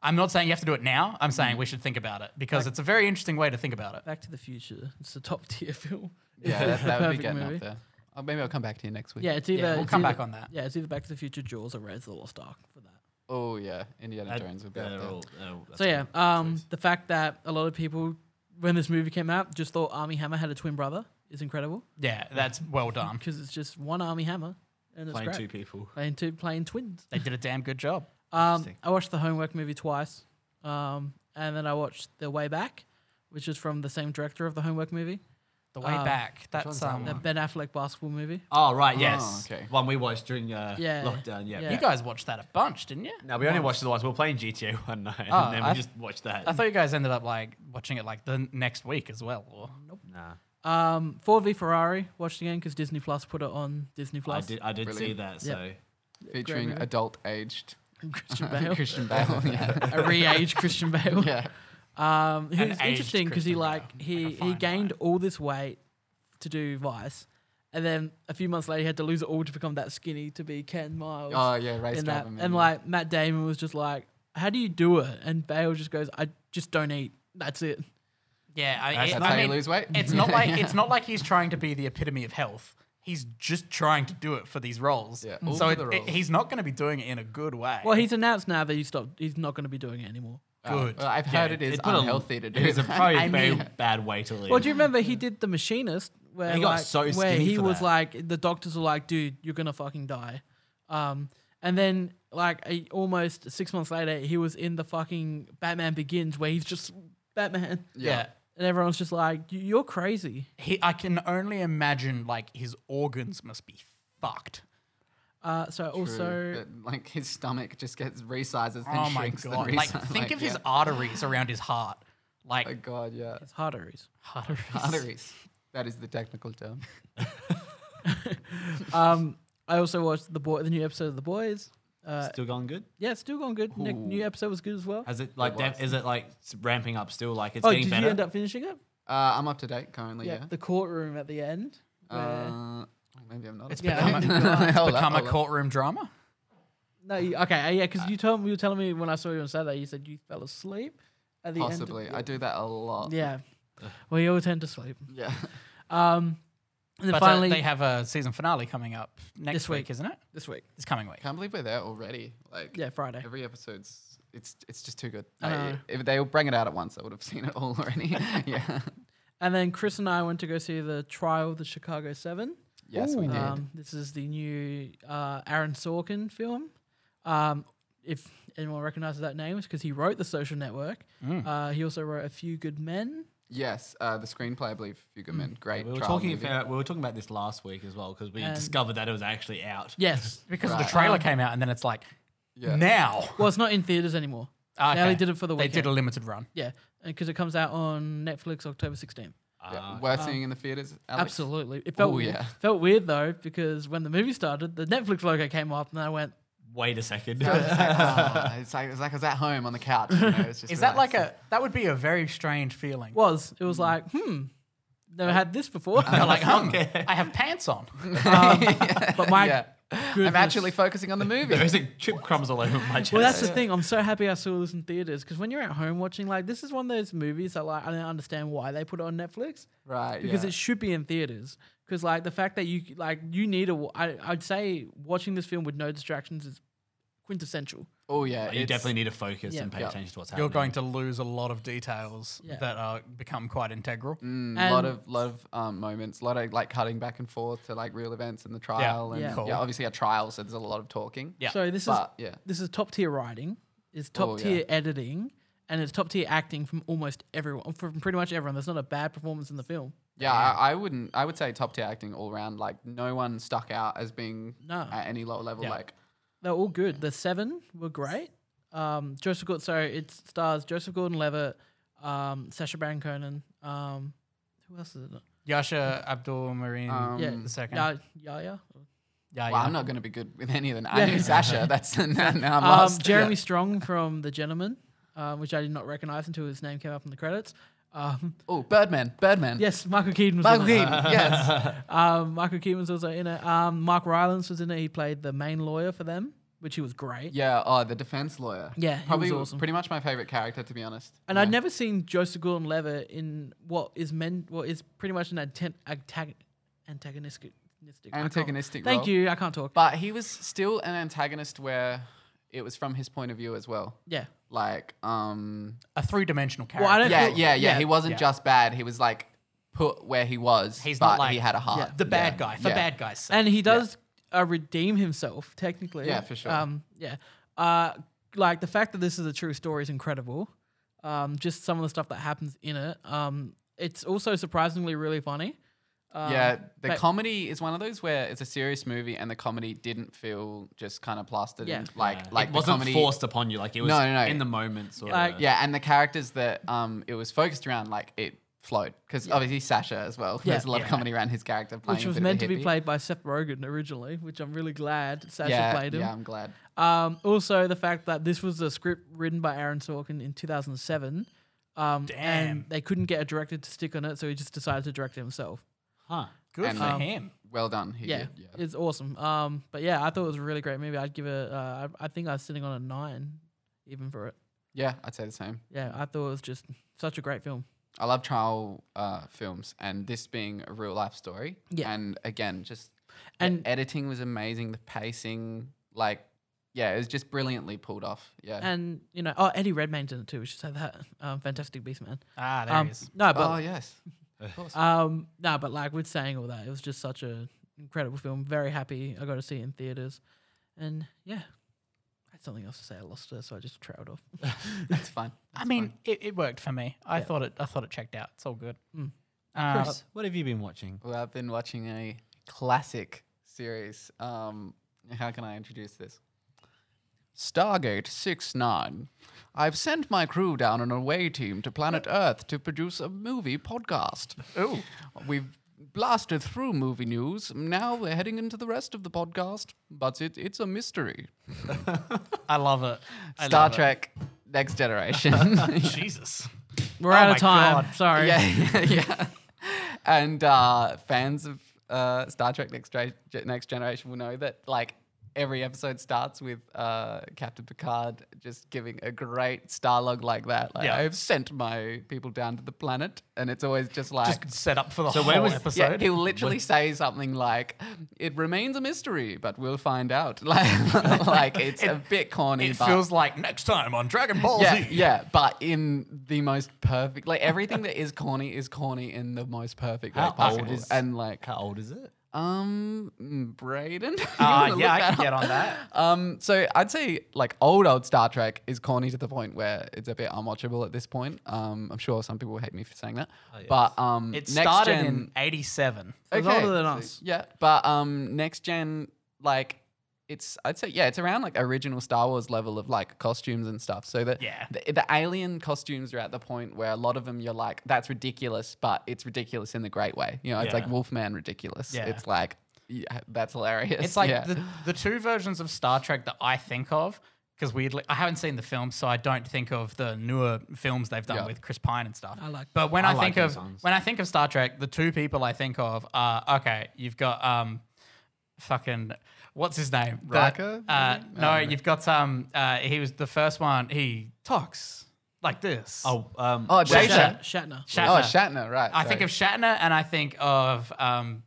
I'm not saying you have to do it now. I'm saying we should think about it because it's a very interesting way to think about it.
Back to the Future. It's a top tier film.
Yeah,
It's
that,
the
that would
perfect
be getting
movie.
up there. Oh, maybe I'll come back to you next week.
Yeah, it's either
Yeah, we'll
it's
come
either-
back on that.
Yeah, it's either Back to the Future, Jaws, or Raiders of the Lost Ark for that.
Oh yeah, Indiana
That-
Jones would be up
they're
there.
all- they're all-
So yeah,
that's all.
um, the fact that a lot of people, when this movie came out, just thought Army Hammer had a twin brother is incredible
Yeah, that's well done.
because it's just one Army Hammer and it's
playing
great.
two people.
playing two playing twins.
They did a damn good job.
Um,
Interesting.
I watched the Homework movie twice, um, and then I watched The Way Back, which is from the same director of the Homework movie,
The way
Um,
back.
one's
That's
that
um,
the Ben Affleck basketball movie.
Oh right,
Oh,
yes.
okay.
One we watched during uh,
Yeah,
lockdown. Yeah.
yeah.
you guys watched that a bunch, didn't you?
No, we only watched the ones we were playing GTA one night,
Oh,
and then we
I-
just watched that.
I thought you guys ended up like watching it like the n- next week as well. Or
nah,
Um, Ford v Ferrari watched again because Disney Plus put it on Disney
I
Plus.
did. I did see
Brilliant.
that.
Yeah.
So
featuring
movie.
adult aged
Christian Bale,
Christian Bale. yeah.
a re-aged Christian Bale.
yeah,
Um, who's
aged
interesting because he
Christian
like
Bale,
he
like a
he
fine
gained
wine.
all this weight to do Vice, and then a few months later he had to lose it all to become that skinny to be Ken Miles.
Oh yeah, race
in that,
driver. movie.
and like Matt Damon was just like, "How do you do it?" And Bale just goes, "I just don't eat. That's it."
yeah, I,
That's
it-
that's
I
how
mean,
you lose weight.
it's not like it's not like he's trying to be the epitome of health. He's just trying to do it for these roles.
Yeah, all
so
for
it,
the
it-
roles.
he's not going to be doing it in a good way.
Well, he's announced now that he stopped. He's not going to be doing it anymore.
Oh,
good.
well, I've
Yeah,
heard it is
it put a-
unhealthy to do.
it was a
that.
probably
I
very
mean-
bad way to live.
Well, do you remember he did The Machinist, where
He got
like-
so
where
skinny
he
for
was
that.
like, the doctors were like, "Dude, you're gonna fucking die," um, and then like a, almost six months later, he was in the fucking Batman Begins, where he's just Batman,
yeah.
and everyone's just like, "You- "You're crazy."
He, I can only imagine like his organs must be fucked.
Uh, so also,
True, but, like his stomach just gets resizes.
oh
then
my
shrinks then
god! Like
resizes,
think of his
yeah.
arteries around his heart. Like
Oh god, yeah.
it's arteries.
arteries.
Arteries. That is the technical term.
Um, I also watched the boy, the new episode of The Boys. Uh,
Still going good?
yeah, still going good. Nick, new episode was good as well.
Has it like?
was.
is it like s- ramping up still? Like it's
oh,
getting
did
better.
you end up finishing it?
Uh, I'm up to date currently. Oh, Yeah.
the courtroom at the end. where-
Uh, maybe I'm not.
It's
Yeah,
become, a,
I
it's
Hold up,
become a
hold up.
courtroom drama.
no, you, okay, uh, yeah, because you told me you were telling me when I saw you on Saturday, you said you fell asleep at the
Possibly.
end. of
I do that a lot.
the- yeah. Well, you all tend to sleep.
Yeah.
Um, and then
But uh,
finally
they have a season finale coming up next
This
week,
week.
isn't it?
this week.
It's coming week.
Can't believe we're there already. Like
Yeah, Friday.
every episode's it's it's just too good.
I
Like,
know.
if they will bring it out at once, I would have seen it all already. yeah.
And then Chris and I went to go see the trial of the Chicago Seven.
Yes, we did.
Um, this is the new uh, Aaron Sorkin film. Um, if anyone recognizes that name, it's because he wrote The Social Network.
Mm.
Uh, he also wrote A Few Good Men.
yes, uh, the screenplay, I believe, Fuga Men. Great.
we were
trial
talking.
movie.
About, we were talking about this last week as well because we
And-
discovered that it was actually out.
Yes.
Because the
Right.
trailer
Um,
came out and then it's like,
Yeah.
now.
well, it's not in theaters anymore. They only
Ah, Okay.
did it for the
They
weekend.
did a limited run.
yeah, because it comes out on Netflix October 16th.
Yeah.
Ah,
Worth seeing in the theaters. Alex?
Absolutely. It felt,
Ooh, yeah.
felt weird though, because when the movie started, the Netflix logo came up and I went,
wait a second.
It's like, ah, it's like it's like I was at home on the couch. You know, it's just
Is that like
relaxing.
a, that would be a very strange feeling.
was. It was like, hmm, never had this before.
They're like, hum, Mm. I have pants on.
but my
Yeah.
goodness.
I'm actually focusing on the movie.
There's like chip crumbs all over my chest.
Well, that's the thing. I'm so happy I saw this in theaters because when you're at home watching, like, this is one of those movies that, like, I don't understand why they put it on Netflix
right.
because
yeah.
it should be in theaters. Because, like, the fact that you, like, you need a, wa- I, I'd say watching this film with no distractions is quintessential.
Oh yeah.
you
it's-
definitely need to focus
Yeah.
and pay
Yeah.
attention to what's happening.
You're going to lose a lot of details
Yeah.
that are become quite integral.
Mm, a lot
And-
of lot of um, moments, a lot of like cutting back and forth to like real events in the trial, and
Yeah.
yeah.
Cool.
obviously a trial, so there's a lot of talking.
Yeah.
So, this is
but yeah,
this is top tier writing, it's top
Oh, yeah.
tier editing, and it's top tier acting from almost everyone, from pretty much everyone. There's not a bad performance in the film.
yeah, I, I wouldn't, I would say top tier acting all round. Like no one stuck out as being
No.
at any lower level.
Yeah.
Like
They're all good. The seven were great. Um, Joseph Gordon, so it stars Joseph Gordon-Levitt, um, Sacha Baron Cohen, um, who else is it?
Yasha Abdul Marine
Um,
Yeah,
the second.
Ya- Yaya.
yeah,
well, I'm not going to be good with any of them. I knew Sasha. That's now, now I'm
Um,
lost.
Jeremy Strong from The Gentleman, um, which I did not recognize until his name came up in the credits. Um,
Oh, Birdman, Birdman.
yes, Michael Keaton was
Michael
in it.
Keaton. yes.
Um, Michael Keaton was also in it. Um, Mark Rylance was in it. He played the main lawyer for them, which he was great.
Yeah. Oh, the defense lawyer.
Yeah, he
Probably
was awesome.
pretty much my favorite character, to be honest.
And
yeah.
I'd never seen Joseph Gordon-Levitt in what is meant, what is pretty much an anten- antag- antagonistic. I can't-
Antagonistic
Thank
role.
you. I can't talk.
But he was still an antagonist where it was from his point of view as well.
yeah.
Like, um,
A three dimensional character.
Well, I don't
yeah,
feel-
yeah, yeah, He wasn't
yeah.
just bad. He was like put where he was.
He's
but
not like
he had a heart.
yeah,
the bad
Yeah,
guy for
yeah.
bad guys. sake.
and he does uh, redeem himself technically.
Yeah, for sure.
Um, yeah, uh, like the fact that this is a true story is incredible. Um, just some of the stuff that happens in it. Um, it's also surprisingly really funny. Um,
yeah, the
but-
comedy is one of those where it's a serious movie and the comedy didn't feel just kind of plastered.
Yeah.
in, like,
Yeah.
like
it
the
wasn't
comedy,
forced upon you. Like it was
No, no, no.
in the moment. Sort
Like-
of.
Yeah, and the characters that um it was focused around, like it flowed because obviously Sasha as well.
Yeah.
There's a lot
Yeah.
of comedy around his character, playing
Which
a
was
bit of a
meant to be
hippie.
played by Seth Rogen originally, which I'm really glad Sasha
Yeah,
played him.
yeah, I'm glad.
Um, also, the fact that this was a script written by Aaron Sorkin in 2007. Um,
Damn.
And they couldn't get a director to stick on it, so he just decided to direct it himself.
Huh.
Good
and-
for
Um,
him.
Well done. He
yeah,
did, yeah.
it's awesome. Um, but yeah, I thought it was a really great movie. I'd give it. Uh, I, I think I was sitting on a nine, even for it.
Yeah, I'd say the same.
Yeah, I thought it was just such a great film.
I love trial uh, films, and this being a real life story.
Yeah.
and again, just
And-
and editing was amazing. The pacing, like, yeah, it was just brilliantly pulled off. Yeah,
And you know, oh, Eddie Redmayne's in it too. We should say that. Um, Fantastic Beast Man.
Ah, there
Um,
he is.
no,
oh
but
yes, of course.
um, no, but like with saying all that, it was just such a incredible film. Very happy I got to see it in theaters, and yeah, I had something else to say. I lost it, so I just trailed off.
that's fine.
I mean, it, it worked for me. I thought it. I thought it checked out. It's all good.
Mm.
Um,
Chris, what have you been watching?
Well, I've been watching a classic series. Um, how can I introduce this? Stargate 69. I've sent my crew down on a away team to planet Earth to produce a movie podcast. Oh. We've blasted through movie news. Now we're heading into the rest of the podcast, but it, it's a mystery.
I love it. I
Star
love it.
Trek Next Generation.
Jesus.
We're
Oh
out
my
of time.
God.
Sorry.
Yeah, yeah. And uh, fans of uh, Star Trek Next, Dra- Ge- Next Generation will know that like every episode starts with uh, Captain Picard just giving a great Starlog like that. Like
Yeah.
I've sent my people down to the planet, and it's always just like.
Just set up for the
So
whole
where was- yeah,
yeah,
episode.
he'll literally say something like, "It remains a mystery, but we'll find out." Like, like it's a bit corny.
it
but
feels like next time on Dragon Ball
yeah,
Z.
yeah, but in the most perfect, like everything that is corny is corny in the most perfect way
How
possible.
old is-
and like,
How old is it?
um, mm, Braden, You
Uh,
wanna
yeah,
look
I can
that
get
up?
on that.
Um, so I'd say like old old Star Trek is corny to the point where it's a bit unwatchable at this point. Um, I'm sure some people hate me for saying that, but um,
Oh, It
next
started
gen-
in '87.
It's older than
so-
us.
yeah, but um, next gen like it's I'd say yeah, it's around like original Star Wars level of like costumes and stuff. So that
Yeah.
the, the alien costumes are at the point where a lot of them you're like that's ridiculous, but it's ridiculous in the great way. You know, it's like
Yeah.
Wolfman ridiculous.
Yeah.
It's like yeah, that's hilarious.
It's like
yeah.
the, the two versions of Star Trek that I think of, because weirdly, I haven't seen the film, so I don't think of the newer films they've done
Yeah.
with Chris Pine and stuff.
I like-
but when I,
I like
think
those
of
ones.
when I think of Star Trek, the two people I think of are okay. You've got um, fucking what's his name? The-
Riker,
Uh, no, you've got um, uh, he was the first one. He talks like this.
Oh, um,
oh
Shatner.
Data.
Shat- Shatner.
Shatner.
Oh Shatner, right?
I think of
sorry.
Shatner and I think of um.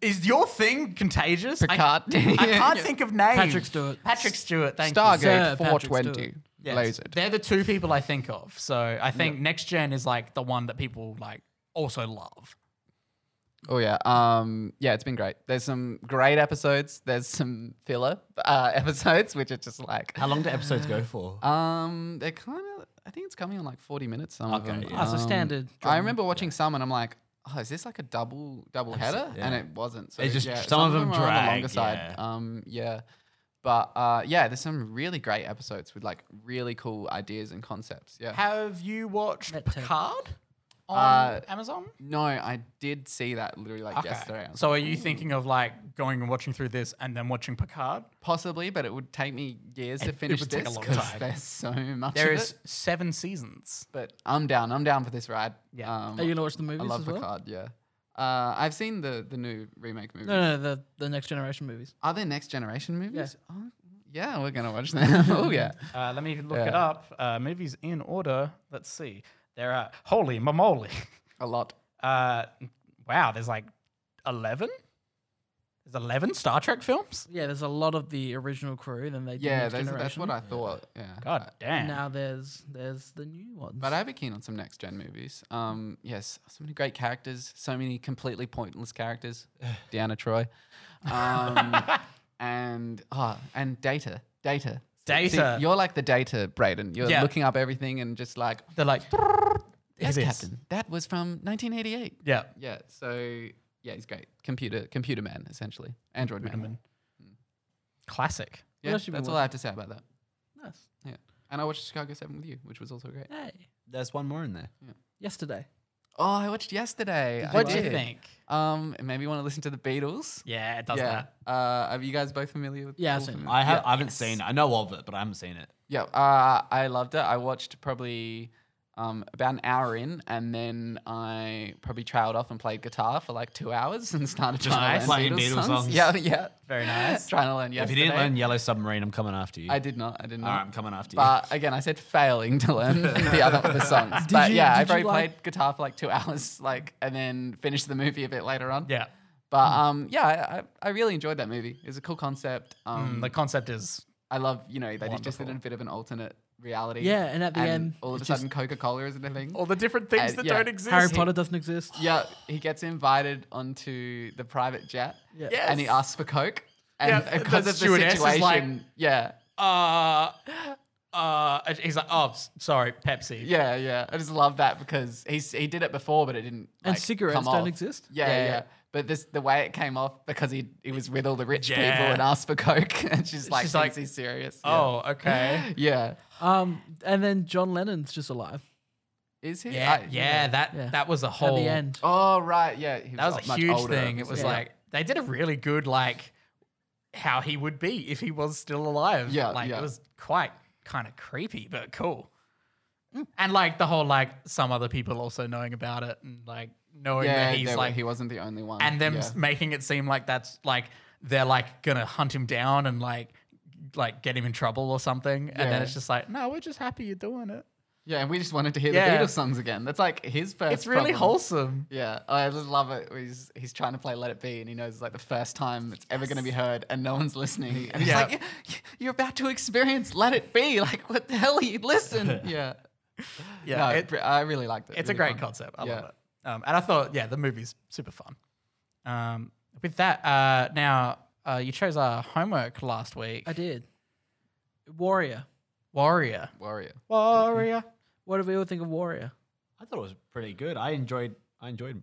Is your thing contagious? I-
Picard.
I can't think of names.
Patrick Stewart.
Patrick Stewart. Thank you.
Sir
Stargate
Patrick
420.
Yes.
Lasered.
They're the two people I think of. So I think Next Gen is like the one that people like also love.
Oh yeah, um, yeah, it's been great. There's some great episodes. There's some filler uh, episodes, which are just like,
how long do episodes go for?
um, they're kind of. I think it's coming on like 40 minutes. Some of
Okay,
them.
yeah.
Oh, so
Um,
standard
I remember watching some, and I'm like, oh, is this like a double double header?
yeah.
And it wasn't. So
It's just
yeah,
some
some
of them
were on the longer
drag,
side.
yeah.
Um, yeah. But uh, yeah, there's some really great episodes with like really cool ideas and concepts. Yeah.
Have you watched
That too.
Picard? on
Uh,
Amazon?
No, I did see that literally like yesterday. I was
So are you thinking of like going and watching through this and then watching Picard?
Possibly, but it would take me years to
It- it
finish
would
this
take a long
because
time.
there's so much.
There
of
is
it.
seven seasons.
but I'm down. I'm down for this ride.
Yeah.
um,
Are you gonna watch the
I
movies
love
as well?
Picard. Yeah, uh, I've seen the the new remake movies.
No, no, the the next generation movies.
Are there next generation movies? Yeah, oh, yeah we're gonna watch them. oh yeah,
Uh, let me look it
Yeah.
up. Uh, movies in order. Let's see. There are holy mamoli.
a lot.
Uh, wow, there's like eleven. There's eleven Star Trek films.
Yeah, there's a lot of the original crew. Then they did
Yeah,
next
that's,
generation.
that's what I thought. Yeah.
God damn.
Now there's there's the new ones.
But I'd be keen on some next gen movies. Um, yes, so many great characters, so many completely pointless characters. Deanna Troy, um, and ah, and Data, Data, See- see,
Data.
you're like the Data, Brayden. You're
Yeah.
looking up everything and just like
They're like,
yes,
is.
Captain. That was from 1988.
yeah.
Yeah. So yeah, he's great. Computer, computer man, essentially. Android man.
Women. Classic.
Yeah,
else
that's
you been
all I have to say about that.
nice.
Yeah. And I watched Chicago Seven with you, which was also great.
Hey,
There's one more in there.
yesterday.
Oh, I watched yesterday. I
What'd you
did.
think?
Um, maybe you want to listen to the Beatles.
Yeah, it does
yeah.
that.
Uh, are you guys both familiar with?
Yeah, I've
all
seen it.
familiar?
I have. I haven't seen. it. I know of it, but I haven't seen it.
Yeah. Uh, I loved it. I watched probably um, about an hour in, and then I probably trailed off and played guitar for like two hours and started
Just
trying to learn
playing
Beatles,
Beatles
songs.
songs.
Yeah, yeah.
Very nice.
trying to learn. Yesterday.
If you didn't learn Yellow Submarine, I'm coming after you.
I did not. I did
All
not.
right, I'm coming after you.
But again, I said failing to learn the other the songs.
Did
but
you-
yeah, I
did
probably
you, like-
played guitar for like two hours, like, and then finished the movie a bit later on.
Yeah.
But
Hmm.
um, yeah, I, I I really enjoyed that movie. It's a cool concept.
Hmm.
Um,
Mm, the concept is
I love you know they did just did a
Wonderful.
bit of an alternate reality.
Yeah, and at the end,
all of a
it just- Oh.
sudden Coca Cola isn't a thing.
all the different things
Uh,
that
yeah.
don't exist.
Harry Potter doesn't exist.
Yeah, he gets invited onto the private jet.
Yeah.
Yes.
and he asks for Coke. And
Yeah,
because
the
of the
stewardess is
situation,
like-
yeah,
uh, uh, he's like, oh, s- sorry, Pepsi.
yeah, yeah. I just love that because he's he did it before, but it didn't.
And
like,
cigarettes
come
don't
off.
exist?
Yeah,
Yeah,
yeah.
yeah.
But this the way it came off because he he was with all the rich people
Yeah.
and asked for Coke, and she's like,
She's
she's
like,
he's serious. Yeah.
Oh, okay.
yeah.
Um, and then John Lennon's just alive.
Is he?
Yeah,
I-
yeah, that
Yeah.
that was a whole
at the end.
Oh right, yeah. He
That was a
much
huge
older,
thing. It was
obviously.
like they did a really good like how he would be if he was still alive.
Yeah,
like
yeah.
it was quite kind of creepy but cool. And like the whole like some other people also knowing about it and like knowing
yeah,
that he's
there were-
like
he wasn't the only one.
and them
Um, yeah.
s making it seem like that's like they're like gonna hunt him down and like like get him in trouble or something. And then
Yeah.
it's just like, no, we're just happy you're doing it.
yeah, and we just wanted to hear
Yeah.
the Beatles songs again. That's like his first.
It's really
problem.
wholesome.
Yeah, I just love it. He's he's trying to play Let It Be, and he knows it's like the first time it's ever going to be heard, and no one's listening. And he's
Yeah.
like, "Y- y- "You're about to experience Let It Be. Like, what the hell are you listen?" yeah,
Yeah.
no,
it-
it, I really liked it.
it's a
Really
great
fun.
concept. I love
Yeah.
it. Um, and I thought, yeah, the movie's super fun. Um, with that, uh, now uh, you chose our homework last week.
I did. Warrior.
Warrior.
Warrior.
Warrior.
What do we all think of Warrior?
I thought it was pretty good. I enjoyed. I enjoyed.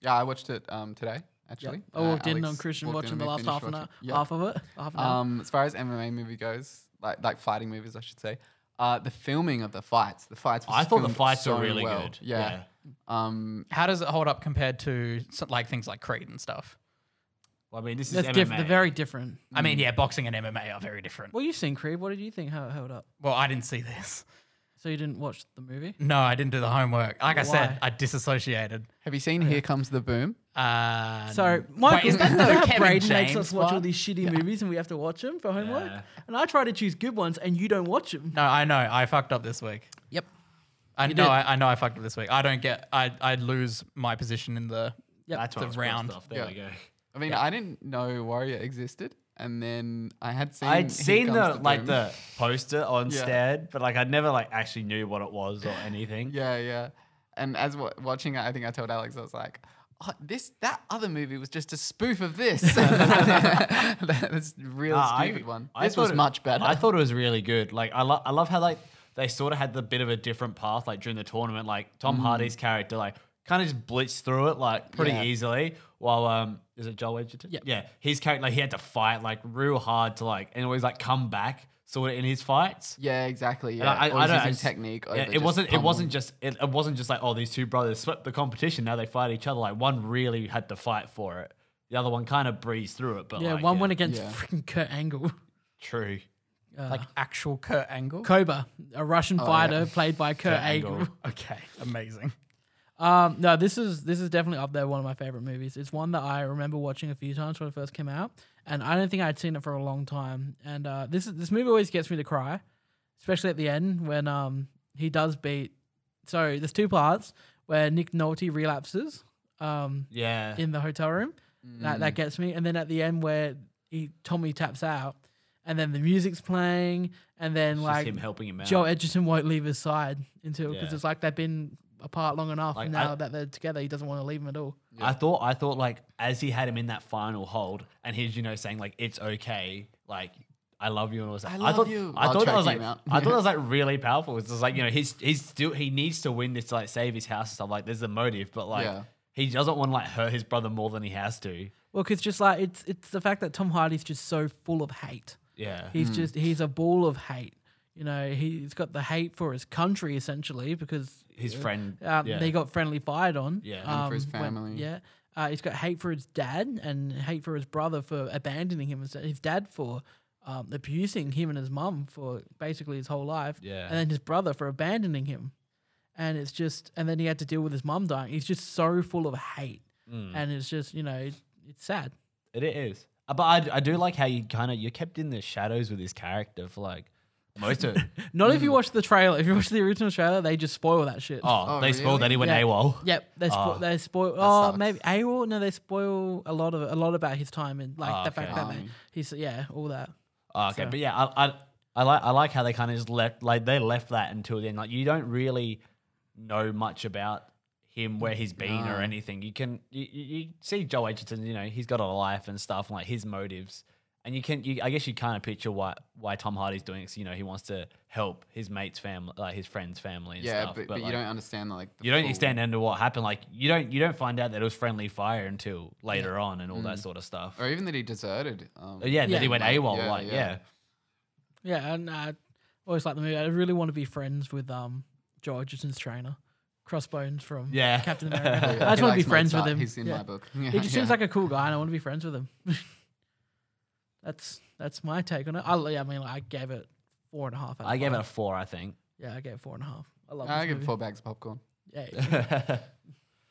Yeah, I watched it um, today actually.
I walked
Uh,
in
Alex
on Oh, Christian
walked in
watching
and
the
we
last
finished
half an
watching-
hour,
Yeah.
half of it, half an hour.
Um, as far as MMA movie goes, like like fighting movies, I should say, uh, the filming of the fights, the fights. was
I thought the
filmed
fights were
so
really
well.
good.
Yeah. Um,
How does it hold up compared to some, like things like Creed and stuff?
Well, I mean, this is
That's
MMA.
diff- they're very different.
I
Hmm.
mean, yeah, boxing and MMA are very different.
Well, you've seen Creed. What did you think? How it held up?
Well, I didn't see this.
So you didn't watch the movie?
No, I didn't do the homework. Like I said,
Why?
I disassociated.
have you
Oh,
seen Here Comes the Boom?
Uh,
So
Wait,
Michael,
is that
you
the
know how
Kevin
Braden makes
James
us watch all
one?
these shitty movies and we have to watch them for homework.
Yeah.
And I try to choose good ones, and you don't watch them.
no, I know I fucked up this week.
Yep.
I
You
know
did.
I, I know I fucked up this week. I don't get. I I lose my position in the.
Yep.
That's what
the
I was
round.
round. Off. There
Yeah.
we go.
I mean, I didn't know Warrior existed, and then I had seen. Here
I'd seen
Comes
the like
Boom.
the poster on
Yeah.
Stead, but like I never like actually knew what it was or anything.
Yeah, yeah. And as wa watching it, I think I told Alex, I was like, oh, "This that other movie was just a spoof of this." That's a real
Nah, Ah, I-
stupid one.
I
this was
thought it-
much better.
I thought it was really good. Like I love I love how like they sort of had the bit of a different path like during the tournament. Like
Mm.
Tom Hardy's character like kind of just blitzed through it like pretty
Yeah.
easily. While um is it Joel Edgerton?
Yeah.
Yeah. His character like he had to fight like real hard to like and always like come back. sort of in his fights.
Yeah, exactly.
And
Yeah,
I, I,
Or
I
he's
don't know,
using
it's-
technique.
yeah,
over
it
just
wasn't. It
pummeling.
wasn't just. It, it wasn't just like oh these two brothers swept the competition. Now they fight each other. Like one really had to fight for it. The other one kind of breezed through it. But
yeah,
like,
one went against
Yeah.
freaking Kurt Angle.
True.
Like actual Ah. Kurt Angle.
Koba, a Russian fighter
yeah.
played by Kurt, Angle.
Angle.
okay, amazing.
Um, no, this is this is definitely up there. One of my favorite movies. It's one that I remember watching a few times when it first came out, and I don't think I'd seen it for a long time. And uh, this is- this movie always gets me to cry, especially at the end when um he does beat. So there's two parts where Nick Nolte relapses um
Yeah.
in the hotel room. That
Mm.
that gets me. And then at the end where he Tommy taps out, and then the music's playing, and then
It's
like
just him helping him out.
Joe Edgerton won't leave his side until because
Yeah.
it's like they've been apart long enough.
Like,
now
I-
that they're together, he doesn't want to leave him at all.
I thought I thought like as he had him in that final hold and he's you know saying like it's okay like I love you and all this. I,
love
thought
you.
I
I'll
thought that
choke
was like
him out.
I thought that was like really powerful. It's just like you know he's he's still he needs to win this to like save his house and stuff. Like there's a motive, but like
Yeah.
he doesn't want to like hurt his brother more than he has to.
Well, because just like it's it's the fact that Tom Hardy's just so full of hate.
Yeah,
He's just he's a ball of hate. You know, he's got the hate for his country essentially because
his friend.
um,
yeah.
they got friendly fired on. Um,
Yeah. And
for his
when-
family.
yeah. Uh, he's got hate for his dad and hate for his brother for abandoning him. and so- His dad for um, abusing him and his mum for basically his whole life.
Yeah.
And then his brother for abandoning him. And it's just, and then he had to deal with his mum dying. He's just so full of hate. And it's just, you know, it, it's sad.
It is. Uh, But I, I do like how you kind of you're kept in the shadows with his character for like most of.
Not if you watch the trailer. If you watch the original trailer, they just spoil that shit.
oh,
Oh,
they spoiled
really?
that he went
Yeah.
AWOL.
Yep, they spoil.
Oh,
they spoil. Oh,
sucks.
maybe AWOL. No, they spoil a lot of a lot about his time and like
Oh,
the
okay.
fact that they,
Um.
he's yeah, all that.
Oh, okay,
So-
but yeah, I, I I like I like how they kind of just left like they left that until then. Like you don't really know much about him, where he's been or
No.
anything. You can you, you you see Joe Edgerton, you know, he's got a life and stuff, and like his motives, and you can you I guess you kind of picture why why Tom Hardy's doing it. 'cause, you know, he wants to help his mate's family, like his friend's family. And
Yeah,
stuff,
but, but, you
like,
don't understand like the
you don't
full-
extend into what happened. Like you don't you don't find out that it was friendly fire until later on and all that sort of stuff.
or even that he deserted. Um,
yeah, that
Mm. Yeah.
he went AWOL.
Yeah,
like
yeah.
yeah.
Yeah, and uh, I always like the movie. I really want to be friends with um Joe Edgerton's trainer, Crossbones from
Yeah.
Captain
Oh,
America. I
yeah, he
just want to
likes
be friends with
Mozart.
him.
He's in
Yeah.
my book.
He just
Yeah.
seems like a cool guy, and I want to be friends with him. that's that's my take on it. I, I mean, like, I gave it four and a half. Out of
I gave it
five.
a four, I think.
yeah, I gave it four and a half. I love.
I
this
give
movie.
four bags of popcorn.
Yeah,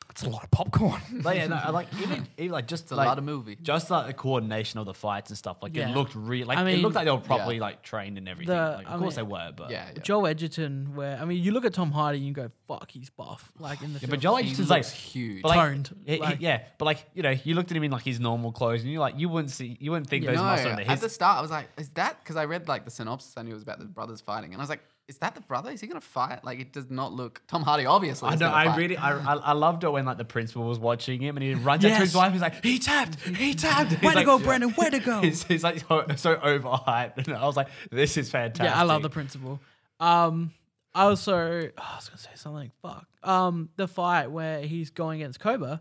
That's a lot of popcorn.
But yeah, no, I like even, even like just
It's a
like,
lot of movie.
just like the coordination of the fights and stuff. Like
Yeah.
it looked real. Like
I
it
mean-
looked like they were properly like trained and everything.
The-
like,
I
of course
mean-
they were, but
Yeah, yeah.
Joel Edgerton, where I mean, you look at Tom Hardy and you go, "Fuck, he's buff." Like in the
Yeah,
film.
but Joel
He
Edgerton's like,
looks huge.
but, like,
Toned,
he- he-
like-
yeah, but like you know, you looked at him in like his normal clothes, and you like you wouldn't see, you wouldn't think those
no,
muscles. Under
at
his,
the start I was like, is that because I read like the synopsis I knew it was about the brothers fighting, and I was like, is that the brother? Is he gonna fight? Like it does not look Tom Hardy obviously.
I
is
know.
gonna
I
fight.
really, I, I, I loved it when like the principal was watching him, and he runs up to
Yes.
his wife. He's like, he tapped, he tapped. He's
Way to
like-
go, Brendan, way to go.
He's, he's like so, so overhyped, and I was like, this is fantastic.
Yeah, I love the principle. Um, I also, oh, I was gonna say something. Fuck. Um, the fight where he's going against Cobra.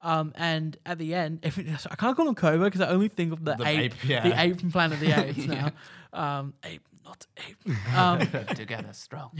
Um, and at the end, if it, I can't call him Cobra because I only think of the,
The
ape,
ape, yeah.
the ape from Planet of the Apes now. Um, ape, not ape. Um,
together strong.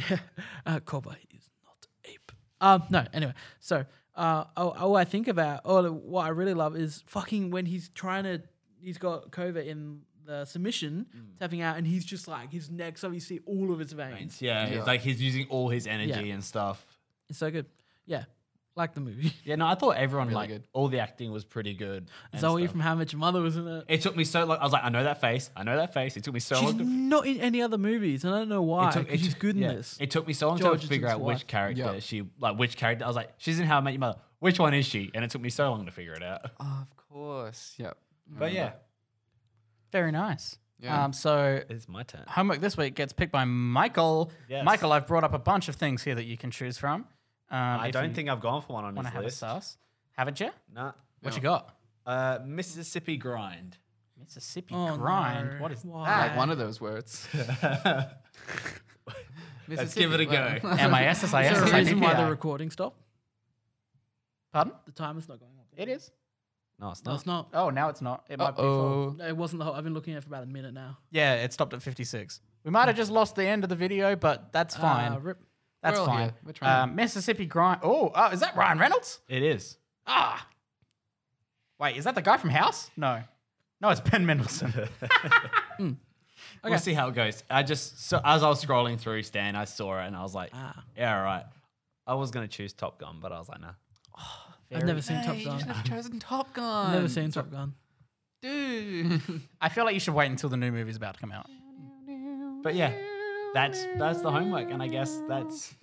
uh, Cobra is not ape. Um, no, anyway. So, uh, all, all I think about, all what I really love is fucking when he's trying to, he's got Cobra in the submission,
Mm.
tapping out, and he's just like, his neck, so you see all of his veins.
Yeah,
Yeah.
it's like he's using all his energy
Yeah.
and stuff.
It's so good. Yeah. Like the movie.
Yeah, no, I thought everyone
Really
like
good.
all the acting was pretty good. and
Zoe
stuff.
from How Much Mother was in it.
it took me so long. I was like, I know that face. I know that face. It took me so
She's
long. To, it
not in any other movies, and I don't know why.
took-
'cause she's
took-
good in
yeah.
this.
It took me so long
George
to figure
Edgerton's
out which
wife.
character
Yeah.
she like. Which character I was like, she's in How I Met Your Mother. Which one is she? And it took me so long to figure it out.
Oh, of course. Yep.
But yeah,
Very nice.
Yeah.
Um, so
it's my turn.
homework this week gets picked by Michael.
Yes.
Michael, I've brought up a bunch of things here that you can choose from. Um,
I don't think I've gone for one on
want to
this
have a
list.
sauce. Haven't you?
Nah.
What you got?
Uh, Mississippi Grind.
Mississippi
Oh,
grind.
no.
What is
Why?
Like
that?
one of those words.
Let's give it a
Mississippi,
go.
well,
M I S S I
Is
S
there
S
a
I P
reason why the
P.
recording stopped?
Pardon?
The timer's not going up.
It is.
No, it's
No,
not.
it's not.
Oh, now it's not. It might be before.
Uh-oh.
No, it wasn't the whole. I've been looking at it for about a minute now.
Yeah, it stopped at 56. We might have just lost the end of the video, but that's fine.
Ah, rip.
that's
We're all
fine.
here. We're trying.
Um, Mississippi Grind. Oh, uh, is that Ryan Reynolds?
It is.
Ah. Wait, is that the guy from House? No. No, it's Ben Mendelsohn.
We'll see how it goes. I just so as I was scrolling through Stan, I saw it and I was like, yeah, all right. I was gonna choose Top Gun, but I was like, nah.
I've never seen Top
You should
Gun.
have chosen Top Gun.
I've never seen Top Gun.
Dude.
I feel like you should wait until the new movie's about to come out.
But yeah, that's that's the homework, and I guess that's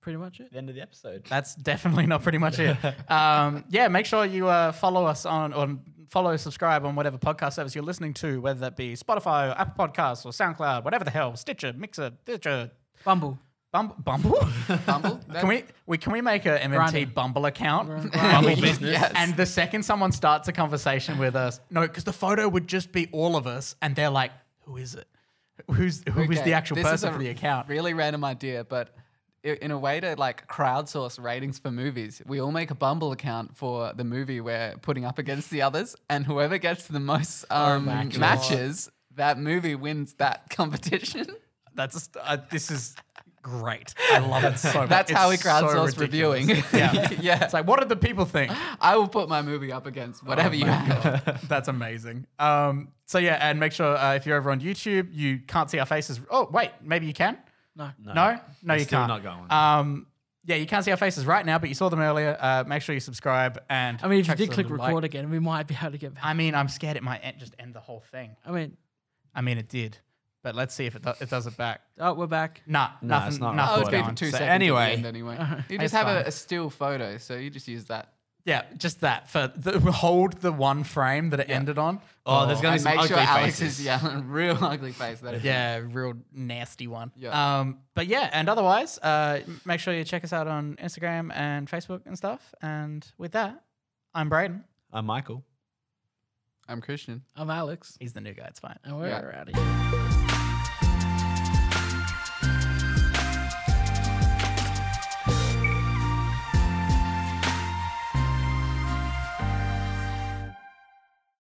Pretty much it.
the end of the episode.
That's definitely not pretty much it. um, yeah, make sure you uh, follow us on or follow, subscribe on whatever podcast service you're listening to, whether that be Spotify, or Apple Podcasts, or SoundCloud, whatever the hell, Stitcher, Mixer, Stitcher,
Bumble.
Bumble. Bumble?
Bumble.
can we, we can we make a MMT
Grindr.
Bumble account?
Bumble
business. Yes.
And the second someone starts a conversation with us, no, because the photo would just be all of us, and they're like, "Who is it? Who's who is
Okay,
the actual
this is
person
a
for the account?"
Really random idea, but i- in a way to like crowdsource ratings for movies, we all make a Bumble account for the movie we're putting up against the others, and whoever gets the most um,
Oh my God.
matches, that movie wins that competition.
That's uh, this is great. I love it so much.
That's
It's
how we
so
crowdsource
ridiculous.
reviewing.
Yeah.
yeah.
It's like, what did the people think?
I will put my movie up against
Oh
whatever you have.
That's amazing. Um, so yeah, and make sure uh, if you're over on YouTube, you can't see our faces. Oh wait, maybe you can.
No.
No, no,
It's
you
still
can't.
not going.
Um, yeah, you can't see our faces right now, but you saw them earlier. Uh, make sure you subscribe and.
I mean, if you
check
did
us
click
on the
record
like.
again, we might be able to get back.
I mean, I'm scared it might en- just end the whole thing.
I mean,
I mean, it did, but let's see if it, do- it does it back.
oh, we're back.
Nah,
Nah,
nothing.
it's not
nothing
I would
recording.
be
going.
Oh, for two
So
seconds. at the
anyway.
end anyway. You
It's
just have
fine.
a, a still photo, so you just use that.
Yeah, just that for the, hold the one frame that it ended on.
Oh, there's gonna be
And
some
make
ugly
sure Alex
faces.
is yeah, real ugly face. That
Yeah, real nasty one.
Yeah.
Um, but yeah, and otherwise, uh, m- make sure you check us out on Instagram and Facebook and stuff. And with that, I'm Brayden.
I'm Uh, Michael.
I'm Christian.
I'm Alex.
He's the new guy. It's fine.
And we're
Yeah.
out of here.